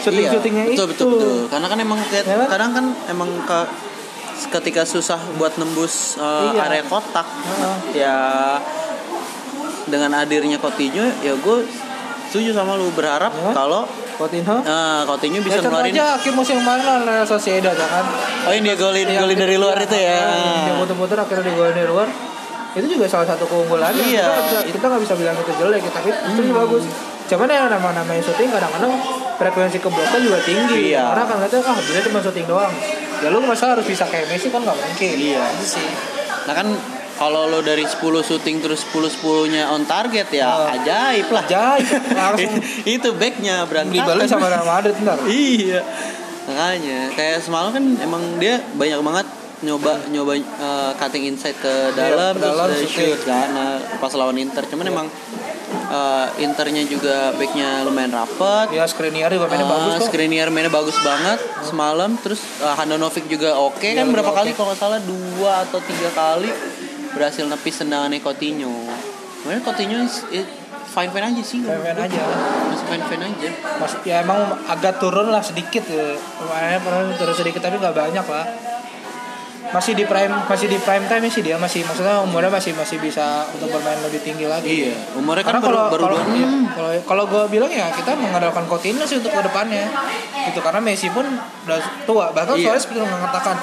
S2: shooting
S1: iya
S2: shootingnya
S1: betul,
S2: itu.
S1: betul betul karena kan emang kayak-
S2: Ya kan?
S1: kadang kan emang ke- ketika susah buat nembus uh,
S2: Iya.
S1: area kotak
S2: Heeh.
S1: ya dengan hadirnya Coutinho ya gue setuju sama lu berharap
S2: Ya.
S1: kalau
S2: Coutinho.
S1: uh, Coutinho
S2: Ya
S1: bisa
S2: contoh
S1: ngeluarin
S2: aja akhir musim kemarin lawan Real Sociedad ya kan.
S1: oh ini dia golin
S2: Yang- Ah,
S1: golin dari luar
S2: Iya,
S1: itu ya
S2: Yang puter-puter akhirnya digolin dari luar. Itu juga salah satu keunggulannya.
S1: Iya. Hmm.
S2: Kita nggak bisa, kita nggak bisa bilang itu jelek, ya, tapi itu juga bagus. Cuman ya nama-namanya syuting kadang-kadang frekuensi keblokan juga tinggi.
S1: Iya.
S2: Karena kan lihatnya ah dia cuma syuting doang. Ya lu masa harus bisa kayak Messi kan nggak mungkin.
S1: Iya.
S2: Itu sih.
S1: Nah kan kalau lo dari 10 syuting terus 10 10-nya on target ya
S2: Oh.
S1: ajaib lah.
S2: Ajaib. Langsung
S1: itu backnya berantakan.
S2: dibalik sama Real Madrid ntar.
S1: Iya. Makanya kayak semalam kan emang dia banyak banget nyoba nyoba eh, cutting inside ke dalam
S2: Hmm. Iya, ke
S1: terus
S2: dalam, Iya.
S1: eh,
S2: shooting.
S1: shoot kan Nah, pas lawan Inter. Cuman emang eh, Internya juga backnya lumayan rapet.
S2: Ya Skriniar juga mainnya
S1: Ah,
S2: bagus kok.
S1: Skriniar mainnya bagus banget semalam. Terus uh, Handanovic juga oke
S2: Iya,
S1: kan berapa
S2: juga
S1: kali kalau nggak salah dua atau tiga kali berhasil nepis tendangannya Coutinho. Sebenarnya Coutinho fine fine aja sih.
S2: Main-main aja.
S1: Masih fine fine aja.
S2: Mas, ya emang agak turun lah sedikit ya. Kemarin pernah turun sedikit tapi nggak banyak lah. Masih di prime masih di prime time sih dia masih maksudnya umurnya masih masih bisa untuk bermain lebih tinggi lagi.
S1: Iya. Umurnya kan baru
S2: Karena kalau
S1: baru
S2: kalau
S1: dua-
S2: iya, kalau kalau gue bilang ya kita mengandalkan Coutinho sih untuk kedepannya gitu karena Messi pun udah tua bahkan
S1: Iya.
S2: Suarez pun mengatakan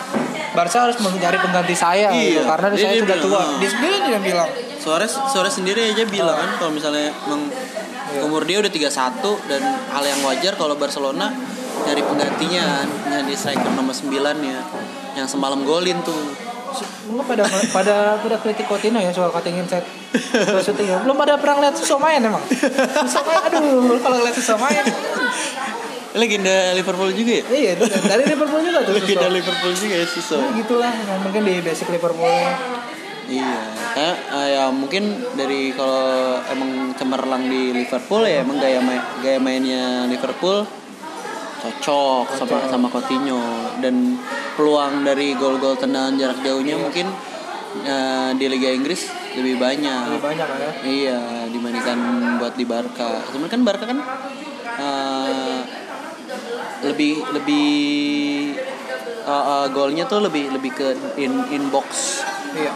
S2: Barca harus mencari pengganti
S1: Iya.
S2: saya gitu, karena
S1: Dia-
S2: saya
S1: dia
S2: sudah
S1: bilang,
S2: tua
S1: "Ah."
S2: dia sendiri dia bilang
S1: Suarez Suarez sendiri aja bilang kan kalau misalnya meng,
S2: Iya.
S1: umur dia udah 31 dan hal yang wajar kalau Barcelona nyari penggantinya nyari striker nomor 9 ya yang semalam golin tuh
S2: Mungkin pada pada pada kritik Coutinho ya soal cutting inside terus shooting ya. Belum pada pernah lihat Suso main emang. Suso main aduh kalau lihat Suso main.
S1: legenda Liverpool juga ya
S2: Iya itu dari Liverpool juga tuh
S1: legenda
S2: Suso.
S1: Liverpool juga ya Suso
S2: Ya, gitulah emang mungkin di basic Liverpool. ya.
S1: Iya, karena eh, ya mungkin dari kalau emang cemerlang di Liverpool ya emang gaya main, gaya mainnya Liverpool cocok sama sama Coutinho dan peluang dari gol-gol tendangan jarak jauhnya mungkin eh, di Liga Inggris lebih
S2: Lebih
S1: banyak.
S2: banyak kan ya.
S1: Iya, dibandingkan buat di Barca. Sebenarnya kan Barca kan eh, lebih lebih eh, eh, golnya tuh lebih lebih ke in inbox
S2: Iya.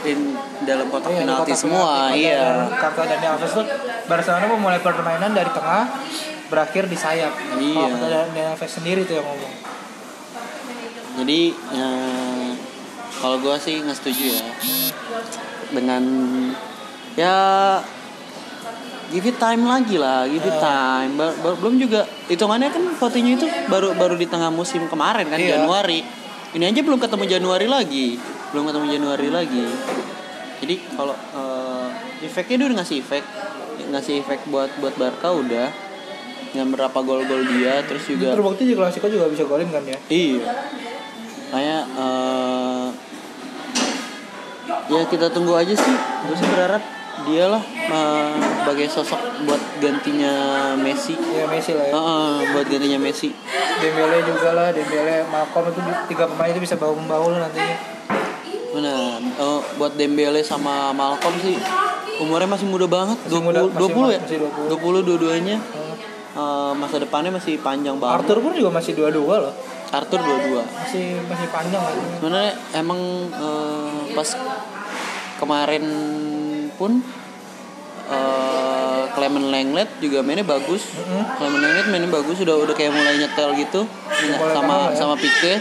S1: in dalam kotak
S2: Iya, di
S1: penalti
S2: kotak
S1: semua
S2: penalti,
S1: iya
S2: padahal Kartu dan Alves tuh Barcelona memulai permainan dari tengah berakhir di sayap.
S1: Iya.
S2: Kalau kata Dani Alves sendiri tuh yang ngomong.
S1: jadi eh, kalau gue sih nggak setuju ya dengan ya give it time lagi lah give it time Ba- ba- belum juga hitungannya kan Coutinho itu baru baru di tengah musim kemarin kan
S2: Iya.
S1: Januari ini aja belum ketemu Januari lagi belum ketemu Januari lagi jadi kalau eh, efeknya dia udah ngasih efek ngasih efek buat buat Barca udah dengan berapa gol-gol dia terus juga
S2: Terbukti juga Klasiko juga bisa golin kan ya.
S1: Iya. Kayak eh, ya kita tunggu aja sih. Gue sih berharap dialah eh, sebagai sosok buat gantinya Messi.
S2: Ya Messi lah ya.
S1: Heeh, buat gantinya Messi.
S2: Dembele juga lah, Dembele, Malcolm itu tiga pemain itu bisa bahu membahu lah nantinya.
S1: Benar. Oh, buat Dembele sama Malcolm sih umurnya masih muda banget,
S2: Masih
S1: 20
S2: muda, masih-
S1: 20 ya?
S2: masih
S1: 20
S2: 20.
S1: dua-duanya. Eh, masa depannya masih panjang banget.
S2: Arthur pun juga masih dua-dua loh,
S1: Arthur 22.
S2: masih masih panjang lah.
S1: sebenarnya emang eh, pas kemarin pun eh, Clement Lenglet juga mainnya bagus
S2: Mm-hmm.
S1: Clement Lenglet mainnya bagus udah udah kayak mulai nyetel gitu
S2: Mulai
S1: sama
S2: tahu ya.
S1: sama Pique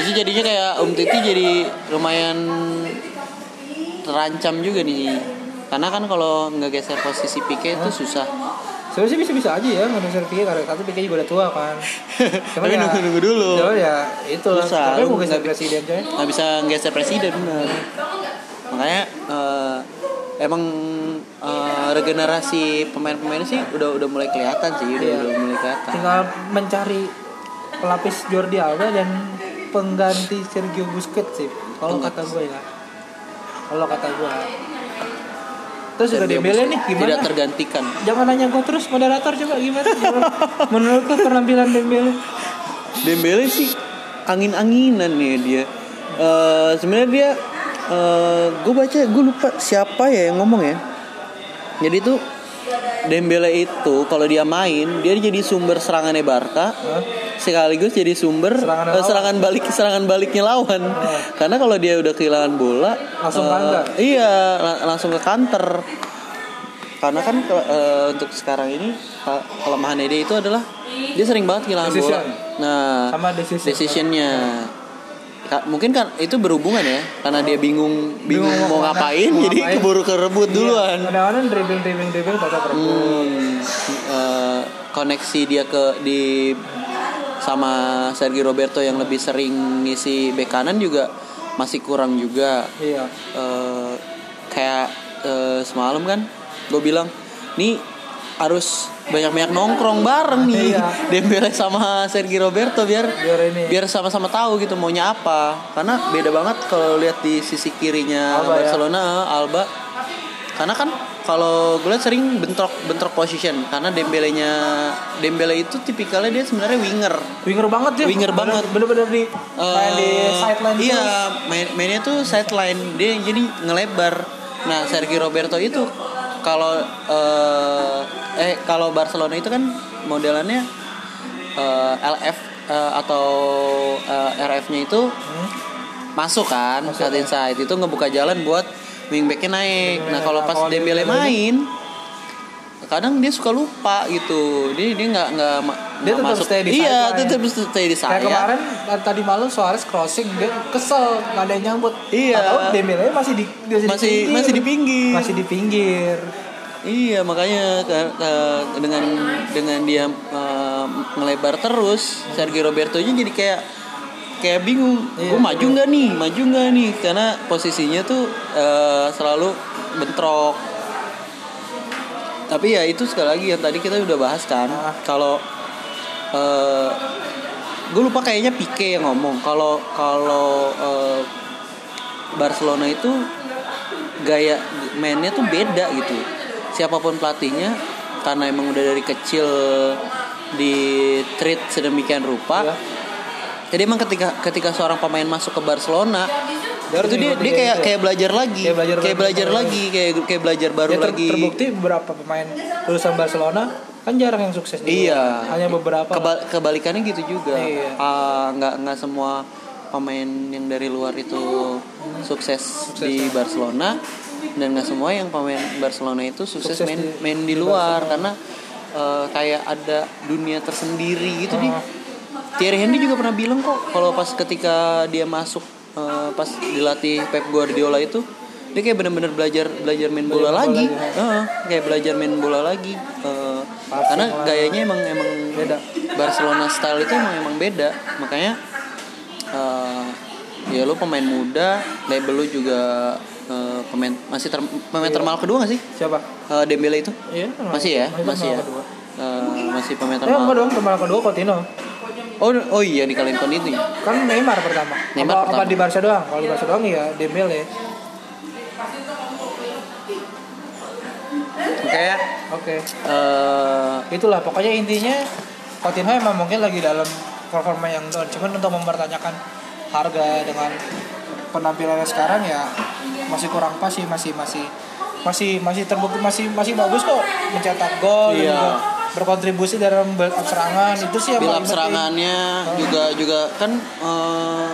S1: jadi jadinya kayak Om Titi jadi lumayan terancam juga nih karena kan kalau nggak geser posisi Pique itu susah
S2: Sebenarnya sih bisa-bisa aja ya menurut Sergio karena tapi Pique juga udah tua kan.
S1: Tapi
S2: ya,
S1: nunggu-nunggu dulu.
S2: Cuman ya itu lah.
S1: Susah,
S2: Tapi
S1: lu
S2: mau geser
S1: nggak-
S2: presiden coy.
S1: nggak bisa geser presiden bener makanya eh, emang eh, regenerasi pemain-pemain sih udah udah mulai kelihatan sih udah,
S2: Iya.
S1: udah mulai kelihatan
S2: Tinggal mencari pelapis Jordi Alba dan pengganti Sergio Busquets sih. Kalau kata gue ya. Kalau kata gue. Terus juga
S1: Sergio
S2: Dembele
S1: Busquets
S2: nih gimana?
S1: tidak tergantikan
S2: Jangan nanya gue terus moderator coba gimana? Menurut lu penampilan Dembele?
S1: Dembele sih angin-anginan nih dia Eh, sebenarnya dia gue baca gue lupa siapa ya yang ngomong ya jadi tuh Dembele itu kalau dia main dia jadi sumber serangannya Barca
S2: Hah?
S1: sekaligus jadi sumber
S2: Serangan
S1: eh,
S2: lawan. Oh.
S1: serangan balik serangan baliknya lawan karena kalau dia udah kehilangan bola
S2: Langsung
S1: eh,
S2: counter.
S1: iya la- langsung ke counter karena kan ke- eh, untuk sekarang ini ke- kelemahannya dia itu adalah dia sering banget kehilangan bola
S2: Decision.
S1: nah
S2: Sama decision.
S1: decisionnya Ka- mungkin kan itu berhubungan ya karena dia bingung bingung,
S2: Bingung
S1: mau
S2: mau
S1: ngapain
S2: ngapain. Iya.
S1: jadi keburu kerebut duluan
S2: Kadang-kadang dribbling dribbling dribbling bakal terbuka.
S1: Hmm, eh, koneksi dia ke di sama Sergio Roberto yang lebih sering ngisi bek kanan juga masih kurang juga
S2: Iya.
S1: Eh, kayak eh, semalam kan gue bilang nih harus banyak-banyak nongkrong bareng nih
S2: Iya.
S1: Dembele sama Sergio Roberto biar
S2: Biar ini.
S1: biar sama-sama tahu gitu maunya apa karena beda banget kalau lihat di sisi kirinya
S2: Alba ya.
S1: Barcelona Alba karena kan kalau gue lihat sering bentrok bentrok position karena Dembelenya Dembele itu tipikalnya dia sebenarnya winger
S2: Winger banget ya.
S1: Winger
S2: Bener-
S1: banget.
S2: Bener-bener di main di
S1: Eh,
S2: sideline
S1: iya
S2: terus.
S1: main, mainnya tuh sideline dia jadi ngelebar nah Sergio Roberto itu kalau eh, eh kalau Barcelona itu kan modelannya eh, LF eh, atau RF-nya itu
S2: Hmm.
S1: masuk kan saat inside itu ngebuka jalan buat wingbacknya naik nah
S2: Wingback,
S1: kalau
S2: nah,
S1: pas
S2: kalau
S1: Dembele
S2: Dembele
S1: main kadang dia suka lupa gitu dia dia nggak nggak ma-
S2: Dia
S1: nggak
S2: tetap stay di
S1: iya
S2: sideline.
S1: tetap stay di
S2: Kayak
S1: sayap
S2: kemarin eh, tadi malam Suarez crossing dia kesel nggak ada yang nyambut.
S1: Iya.
S2: Tahu Dembele masih di
S1: Masih- masih di pinggir.
S2: Masih di pinggir.
S1: Iya makanya ke- ke- dengan dengan dia eh, ngelebar terus Sergio Roberto nya jadi kayak kayak bingung
S2: Iya.
S1: gue maju nggak nih maju nggak nih karena posisinya tuh eh, selalu bentrok tapi ya itu sekali lagi yang tadi kita udah bahas kan
S2: Ah.
S1: kalau gue lupa kayaknya Pique yang ngomong kalau kalau eh, Barcelona itu gaya mainnya tuh beda gitu siapapun pelatihnya karena emang udah dari kecil di treat sedemikian rupa
S2: Iya.
S1: jadi emang ketika ketika seorang pemain masuk ke Barcelona
S2: Dia harus
S1: itu dia
S2: mengikuti
S1: dia
S2: kayak
S1: kayak
S2: gitu ya?
S1: kayak belajar lagi
S2: Kayak belajar
S1: kayak
S2: baru-
S1: belajar
S2: baru-
S1: lagi kayak kayak belajar baru
S2: Ya, ter-
S1: lagi
S2: terbukti beberapa pemain lulusan Barcelona kan jarang yang sukses. juga.
S1: Iya.
S2: Hanya beberapa.
S1: Keba- kebalikannya gitu juga
S2: Iya.
S1: Ah, nggak nggak semua pemain yang dari luar itu sukses, di
S2: ya.
S1: Barcelona dan nggak semua yang pemain Barcelona itu sukses,
S2: Sukses
S1: main
S2: di-
S1: main di luar karena eh, kayak ada dunia tersendiri gitu nih
S2: Hmm.
S1: Thierry Henry juga pernah bilang kok kalau pas ketika dia masuk eh, pas dilatih Pep Guardiola itu dia kayak bener-bener belajar belajar main bola
S2: Belajar
S1: lagi
S2: bola
S1: Heeh, kayak belajar main bola lagi Eh,
S2: Passing
S1: karena
S2: lah.
S1: gayanya emang emang beda Barcelona style itu emang emang beda makanya eh, ya lu pemain muda label lu juga eh, pemain masih ter,
S2: Iya.
S1: pemain termal kedua gak sih
S2: siapa
S1: Eh, Dembele itu
S2: Iya, termal-
S1: masih ya
S2: masih
S1: masih ya
S2: termal kedua.
S1: Eh, masih pemain
S2: eh enggak
S1: termal
S2: dong termal kedua Coutinho
S1: oh oh iya di kalian itu ya
S2: kan Neymar pertama
S1: Neymar
S2: apa,
S1: pertama.
S2: apa di Barca doang kalau di Barca doang ya Dembele
S1: kayak
S2: oke
S1: ya. eh,
S2: itulah pokoknya intinya Coutinho emang mungkin lagi dalam performa yang down cuman untuk mempertanyakan harga dengan penampilannya sekarang ya masih kurang pas sih masih masih masih masih terbukti masih masih bagus kok mencetak gol dan
S1: Iya.
S2: juga berkontribusi dalam build up serangan itu sih yang
S1: build up
S2: paling penting.
S1: serangannya juga juga kan eh,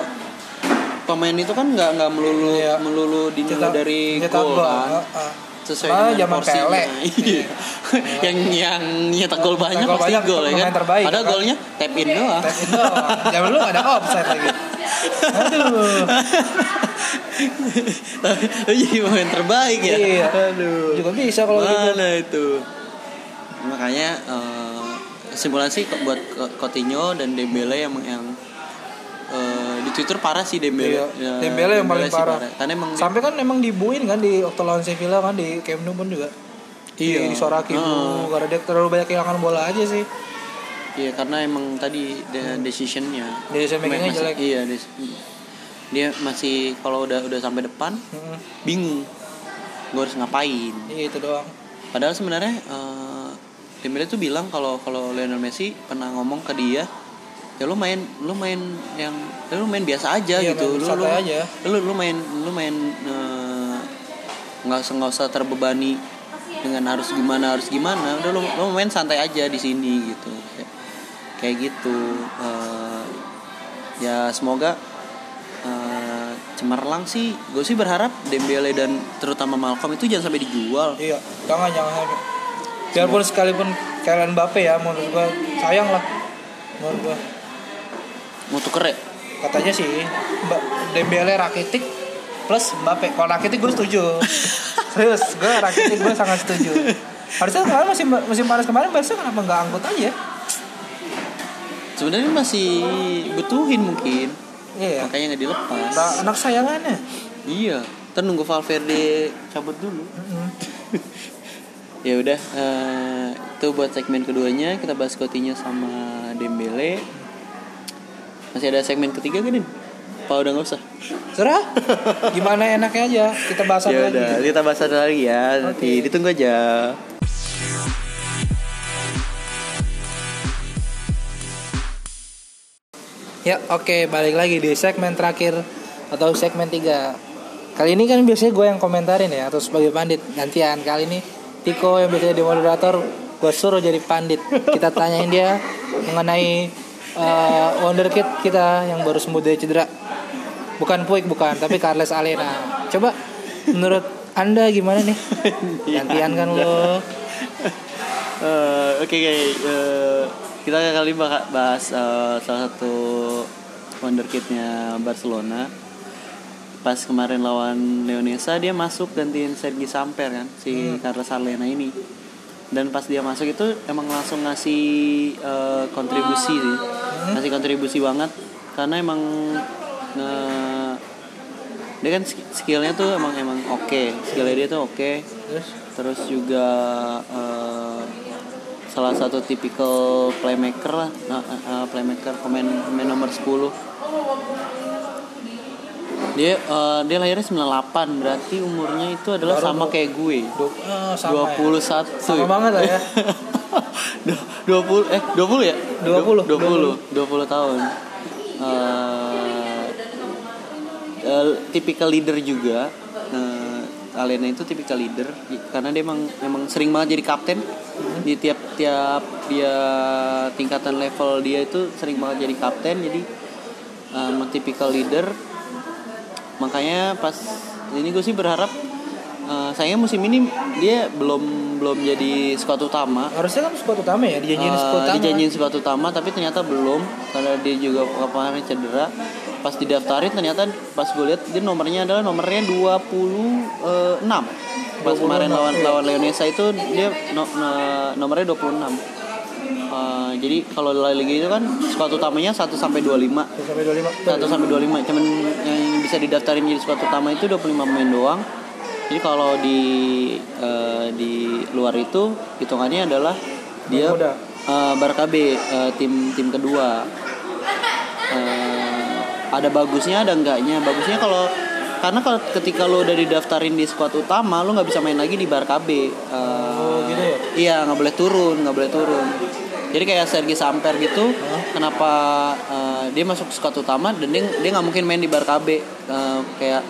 S1: pemain itu kan nggak nggak melulu melulu dinilai
S2: Iya. Cetak-
S1: dari
S2: mencetak
S1: gol kan
S2: Heeh.
S1: sesuai
S2: Malah
S1: dengan
S2: zaman
S1: porsinya.
S2: Pele.
S1: Iya. yang yang nyetak gol banyak
S2: gol
S1: pasti
S2: banyak,
S1: gol ya kan
S2: pemain terbaik,
S1: ada
S2: kan?
S1: golnya tap in doang
S2: Tap in doang. Zaman dulu nggak ada offside lagi. Aduh.
S1: Lu jadi pemain terbaik ya
S2: Iya.
S1: aduh
S2: Juga bisa kalau gitu.
S1: Mana itu? Makanya eh, kesimpulan sih ke- buat Ko- Coutinho dan Dembele yang yang eh, di Twitter parah sih Dembele.
S2: Iya.
S1: Ya,
S2: Dembele yang paling
S1: sih
S2: parah.
S1: Karena emang
S2: Sampai kan emang dibuin kan di waktu lawan Sevilla kan di Camp Nou pun juga.
S1: Iya.
S2: Di disoraki dulu, karena dia terlalu banyak kehilangan bola aja sih.
S1: iya karena emang tadi de- decisionnya.
S2: Hmm. Decision
S1: masih-
S2: making-nya jelek.
S1: Iya. des- dia masih kalau udah udah sampai depan
S2: Mm-mm.
S1: bingung gue harus ngapain.
S2: Iya itu doang.
S1: Padahal sebenarnya eh, Dembele tuh bilang kalau kalau Lionel Messi pernah ngomong ke dia, ya lu main lu main yang ya lu main biasa aja
S2: Iya,
S1: gitu. Lu,
S2: main
S1: lu
S2: santai aja."
S1: Lu lu main lu main eh, nggak usah nggak usah terbebani dengan harus gimana harus gimana. Udah lu, lu main santai aja di sini gitu. Kayak, kayak gitu. Eh, ya semoga eh, cemerlang sih. Gue sih berharap Dembele dan terutama Malcolm itu jangan sampai dijual.
S2: Iya, jangan jangan sampai. Biarpun sekalipun kalian Mbappe ya menurut gua sayang lah. Menurut gua
S1: Mau tuker ya?
S2: katanya sih Mbak Dembele Rakitic plus Mbappe. Kalau Rakitic gue setuju. Serius, gue Rakitic gue sangat setuju. Harusnya kemarin musim musim panas kemarin Barca kenapa nggak angkut aja?
S1: sebenarnya masih butuhin mungkin
S2: Iya.
S1: makanya nggak dilepas
S2: Nah, anak sayangannya.
S1: iya ntar nunggu Valverde cabut dulu
S2: Mm-mm.
S1: ya udah eh, itu buat segmen keduanya kita bahas Coutinho sama Dembele masih ada segmen ketiga gak Din? Apa udah nggak usah?
S2: Serah. Gimana enaknya aja kita bahas
S1: Ya
S2: apa
S1: udah,
S2: lagi.
S1: kita bahas satu lagi ya. Nanti
S2: Oke.
S1: ditunggu aja.
S2: Ya, oke, balik lagi di segmen terakhir atau segmen 3. Kali ini kan biasanya gue yang komentarin ya atau sebagai pandit gantian. Kali ini Tiko yang biasanya di moderator gue suruh jadi pandit. Kita tanyain dia mengenai eh, wonderkid kita yang baru sembuh dari cedera. Bukan Puig bukan, tapi Carles Alena. Coba menurut Anda gimana nih? Gantian kan lo.
S1: Eh, Oke guys, eh, kita kali ini bakal bahas eh, salah satu wonderkidnya Barcelona. Pas kemarin lawan Leonesa dia masuk gantiin Sergi Samper kan si Carlos Arlena ini. Dan pas dia masuk itu emang langsung ngasih eh, kontribusi sih, ngasih kontribusi banget karena emang eh, dia kan sk- skillnya tuh emang emang oke, skillnya dia tuh oke
S2: Terus
S1: terus juga eh, salah satu tipikal playmaker lah eh, eh, eh, playmaker pemain pemain nomor 10 dia eh, dia lahirnya 98 berarti umurnya itu adalah
S2: Baru
S1: sama
S2: dua-
S1: kayak gue
S2: du- eh, sama ya.
S1: 21
S2: Sama banget lah ya.
S1: Du- 20 eh 20 ya? 20
S2: 20,
S1: 20 tahun. Eh, eh, tipikal leader juga. Eh, Alena itu tipikal leader i- karena dia emang emang sering banget jadi kapten. Di tiap-tiap dia tingkatan level dia itu sering banget jadi kapten jadi eh, emang tipikal leader. Makanya pas ini gue sih berharap eh, sayangnya musim ini dia belum belum jadi squad utama
S2: Harusnya kan squad utama ya, dijanjiin
S1: Eh,
S2: squad utama.
S1: dijanjiin squad utama tapi ternyata belum karena dia juga kemarin cedera pas didaftarin ternyata pas gue lihat dia nomornya adalah nomornya 26 pas kemarin
S2: 26,
S1: lawan
S2: iya.
S1: lawan Leonesa itu dia no- no- nomornya 26 Eh, jadi kalau lagi itu kan squad utamanya 1 sampai 25
S2: sampai 25
S1: 1 sampai 25 cuman yang bisa didaftarin jadi squad utama itu 25 pemain doang jadi kalau di eh, di luar itu hitungannya adalah dia
S2: Muda.
S1: eh, Barca B eh, tim tim kedua Eh, ada bagusnya ada enggaknya bagusnya kalau karena kalau ketika lo udah didaftarin di squad utama lo nggak bisa main lagi di Barca B Eh,
S2: Oh, gitu ya
S1: Iya nggak boleh turun, nggak boleh turun. Jadi kayak Sergi Samper gitu, kenapa eh, dia masuk squad utama dan dia dia nggak mungkin main di Barca B Eh, kayak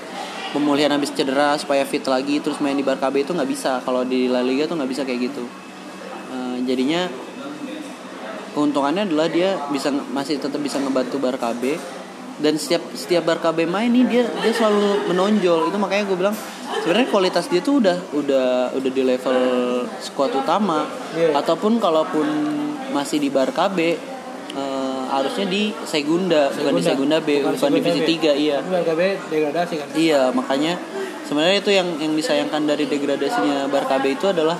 S1: pemulihan habis cedera supaya fit lagi terus main di Barca B itu nggak bisa kalau di La Liga tuh nggak bisa kayak gitu. Eh, jadinya keuntungannya adalah dia bisa nge- masih tetap bisa ngebantu Barca B dan setiap setiap Barca B main nih dia dia selalu menonjol itu makanya gue bilang sebenarnya kualitas dia tuh udah udah udah di level skuad utama
S2: Iya.
S1: ataupun kalaupun masih di Barca B eh, harusnya di Segunda, bukan di Segunda B bukan, divisi 3 iya
S2: Tapi Barca B degradasi kan
S1: Iya, makanya sebenarnya itu yang yang disayangkan dari degradasinya Barca B itu adalah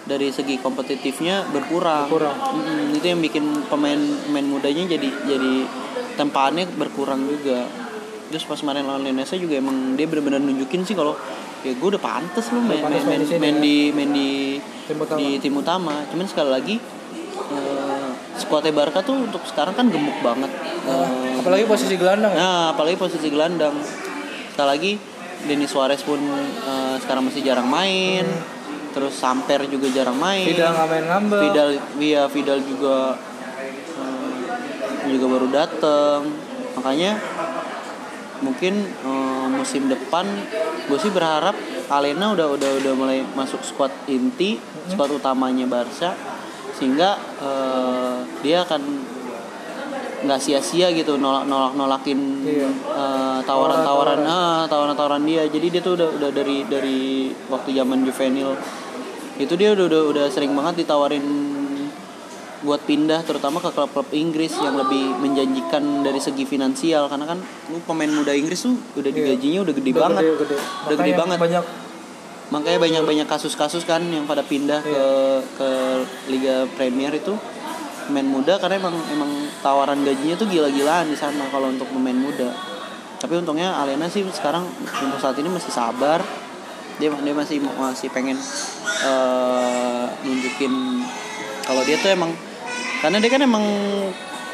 S1: dari segi kompetitifnya berkurang.
S2: Berkurang.
S1: Mm-mm, itu yang bikin pemain pemain mudanya jadi jadi tempaannya berkurang juga. Terus pas kemarin lawan Indonesia juga emang dia benar-benar nunjukin sih kalau ya gue udah pantes lu main main
S2: pantes main
S1: main,
S2: di sini,
S1: main
S2: ya.
S1: di main di
S2: Tim utama.
S1: di tim utama. Cuman sekali lagi eh, skuadnya Barca tuh untuk sekarang kan gemuk banget. Eh,
S2: apalagi posisi gelandang ya
S1: Nah, apalagi posisi gelandang. Sekali lagi Denis Suarez pun eh, sekarang masih jarang main. Terus Samper juga jarang main.
S2: tidak nggak main ngambek
S1: Vidal iya, Vidal juga eh, juga baru datang. Makanya mungkin eh, musim depan gue sih berharap Alena udah udah udah mulai masuk squad inti, squad utamanya Barca sehingga eh, dia akan nggak sia-sia gitu nolak nolak nolakin
S2: Iya.
S1: eh, tawaran-tawaran ah, tawaran-tawaran dia jadi dia tuh udah udah dari dari waktu zaman juvenil itu dia udah udah, udah sering banget ditawarin buat pindah terutama ke klub-klub Inggris yang lebih menjanjikan dari segi finansial karena kan lu pemain muda Inggris tuh udah digajinya udah gede
S2: Iya. Udah
S1: banget
S2: gede, gede.
S1: udah gede
S2: Makanya
S1: banget
S2: banyak
S1: makanya banyak banyak kasus-kasus kan yang pada pindah ke ke Liga Premier itu pemain muda karena emang emang tawaran gajinya tuh gila-gilaan di sana kalau untuk pemain muda tapi untungnya Alena sih sekarang untuk saat ini masih sabar dia dia masih masih pengen eh, nunjukin kalau dia tuh emang karena dia kan emang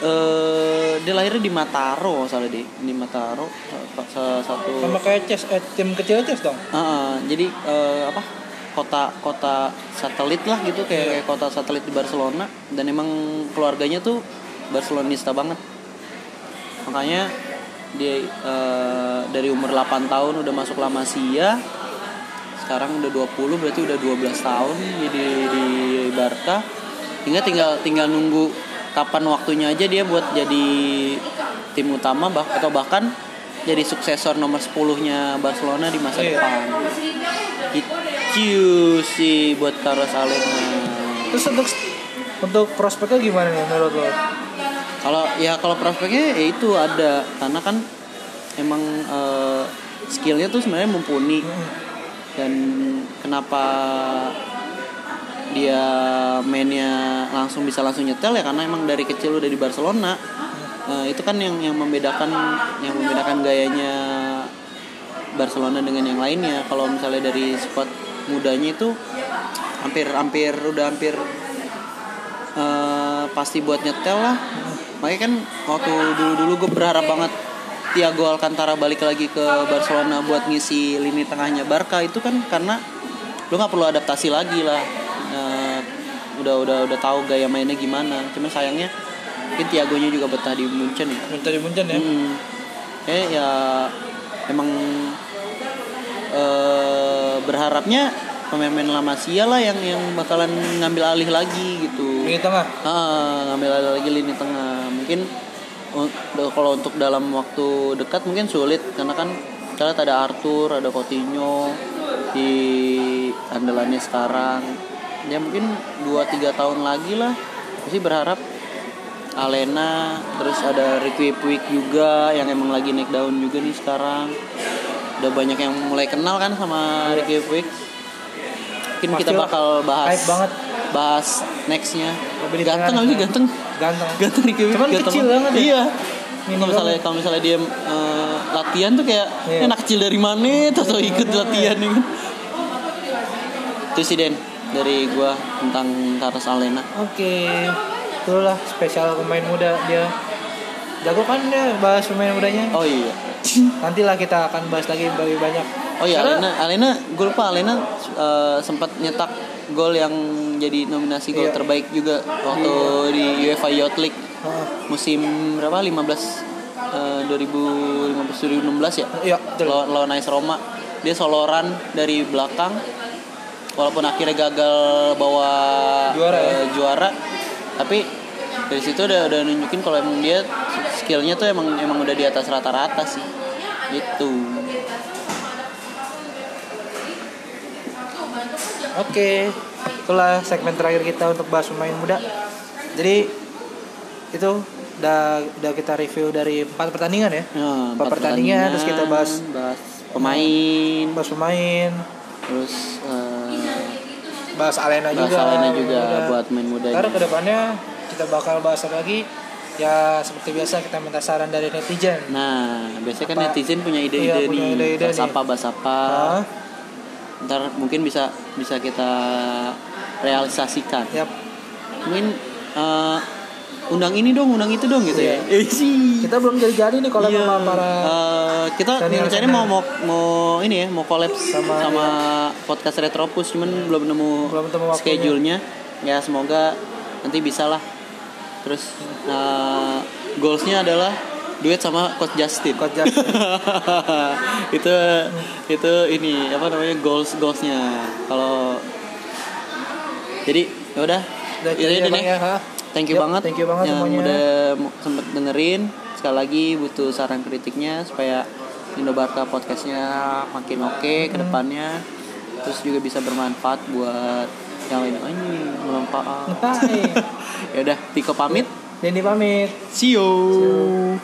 S1: eh, dia lahirnya di Mataro kalau nggak salah deh di Mataro sa- sa- satu
S2: sama kayak Chess eh, tim kecil Chess dong
S1: Heeh, jadi eh, apa kota kota satelit lah gitu kayak, kayak kota satelit di Barcelona dan emang keluarganya tuh Barcelonista banget makanya dia eh, dari umur 8 tahun udah masuk La Masia sekarang udah 20 berarti udah 12 tahun jadi di Barca hingga tinggal tinggal nunggu kapan waktunya aja dia buat jadi tim utama bah atau bahkan jadi suksesor nomor 10-nya Barcelona di masa
S2: Iya.
S1: depan. Itu sih buat Carlos Alena.
S2: terus untuk untuk prospeknya gimana nih menurut lo
S1: Kalau ya kalau prospeknya ya itu ada karena kan emang eh, skillnya tuh sebenarnya mumpuni. dan kenapa dia mainnya langsung bisa langsung nyetel ya karena emang dari kecil udah di Barcelona Eh, itu kan yang yang membedakan yang membedakan gayanya Barcelona dengan yang lainnya kalau misalnya dari squad mudanya itu hampir hampir udah hampir eh, pasti buat nyetel lah makanya kan waktu dulu dulu gue berharap banget Thiago Alcantara balik lagi ke Barcelona buat ngisi lini tengahnya Barca itu kan karena lu nggak perlu adaptasi lagi lah Eh, udah udah udah tahu gaya mainnya gimana cuman sayangnya mungkin Thiagonya juga betah di Munchen ya
S2: Minta di Munchen ya
S1: Hmm. Eh ya emang eh berharapnya pemain-pemain La Masia lah yang yang bakalan ngambil alih lagi gitu.
S2: di tengah
S1: Ah, ngambil alih lagi lini tengah. Mungkin un- de- kalau untuk dalam waktu dekat mungkin sulit karena kan kita lihat ada Arthur, ada Coutinho di andalannya sekarang. Ya mungkin 2 3 tahun lagi lah. Aku sih berharap Alena terus ada Ricky Puig juga yang emang lagi naik daun juga nih sekarang udah banyak yang mulai kenal kan sama Ricky Puig mungkin kita bakal
S2: Martial
S1: bahas
S2: hype banget.
S1: bahas nextnya
S2: Lebih
S1: ganteng
S2: ditarik,
S1: nggak sih
S2: ya.
S1: ganteng
S2: Ganteng.
S1: ganteng Ricky Puig
S2: Cuman
S1: ganteng
S2: kecil banget ya.
S1: iya
S2: Mini
S1: kalau misalnya
S2: banget.
S1: kalau misalnya dia eh, latihan tuh kayak
S2: Iya.
S1: "Ini anak kecil dari mana terus tau ikut latihan nih itu sih Den dari gua tentang Taras Alena
S2: Oke, itulah spesial pemain muda dia. Jago kan dia bahas pemain mudanya.
S1: oh iya
S2: Nantilah kita akan bahas lagi lebih banyak.
S1: Oh iya,
S2: Karena-
S1: Alena, Alena, gue lupa Alena eh, sempat nyetak gol yang jadi nominasi gol
S2: Iya.
S1: terbaik juga waktu di UEFA Youth League
S2: Heeh.
S1: musim berapa? 15 eh, 2015 2016 ya.
S2: Iya, betul.
S1: Lawan lawan AS Roma. Dia soloran dari belakang walaupun akhirnya gagal bawa
S2: Juara ya.
S1: eh, juara tapi dari situ udah udah nunjukin kalau emang dia skillnya tuh emang emang udah di atas rata-rata sih gitu
S2: Oke, itulah segmen terakhir kita untuk bahas pemain muda. Jadi itu udah udah kita review dari empat pertandingan ya.
S1: Ya,
S2: Empat pertandingan, terus kita bahas-
S1: bahas pemain,
S2: Bahas pemain,
S1: terus eh,
S2: bahas Alena
S1: bahas
S2: juga.
S1: Alena juga
S2: pemain muda.
S1: buat main muda.
S2: Ntar kedepannya kita bakal bahas apa lagi. Ya seperti biasa kita minta saran dari netizen.
S1: Nah, biasanya kan
S2: Apa?
S1: netizen punya
S2: Iya,
S1: ide-ide
S2: punya
S1: nih,
S2: ide-ide
S1: bahas
S2: nih.
S1: apa bahas apa.
S2: Nah,
S1: Ntar mungkin bisa bisa kita realisasikan.
S2: yap.
S1: Mungkin eh, undang ini dong, undang itu dong gitu
S2: Iya.
S1: ya. Eh sih.
S2: Kita belum jadi-jadi nih kalau
S1: Iya.
S2: sama para
S1: Eh, kita
S2: Daniel
S1: rencananya
S2: Sena.
S1: mau mau mau ini ya, mau collab
S2: Sama-
S1: sama, podcast Retropus cuman belum nemu
S2: Belum nemu waktunya.
S1: schedule-nya. Ya semoga nanti bisa lah. Terus eh, goals-nya adalah duet sama Coach Justin.
S2: Coach Justin.
S1: itu itu ini apa namanya goals goalsnya kalau jadi ya udah
S2: Udah
S1: Itu aja
S2: jadi ya, Bang,
S1: deh.
S2: ya, ha?
S1: Thank you
S2: Yap,
S1: banget.
S2: thank you banget
S1: yang
S2: semuanya.
S1: udah mu- sempet dengerin. Sekali lagi butuh saran kritiknya supaya Indobarka podcastnya makin oke
S2: Hmm.
S1: ke depannya. Terus juga bisa bermanfaat buat yang lain. Oh, Anjing, bermanfaat.
S2: Hai.
S1: ya udah, Tiko pamit.
S2: Dendi pamit.
S1: See you.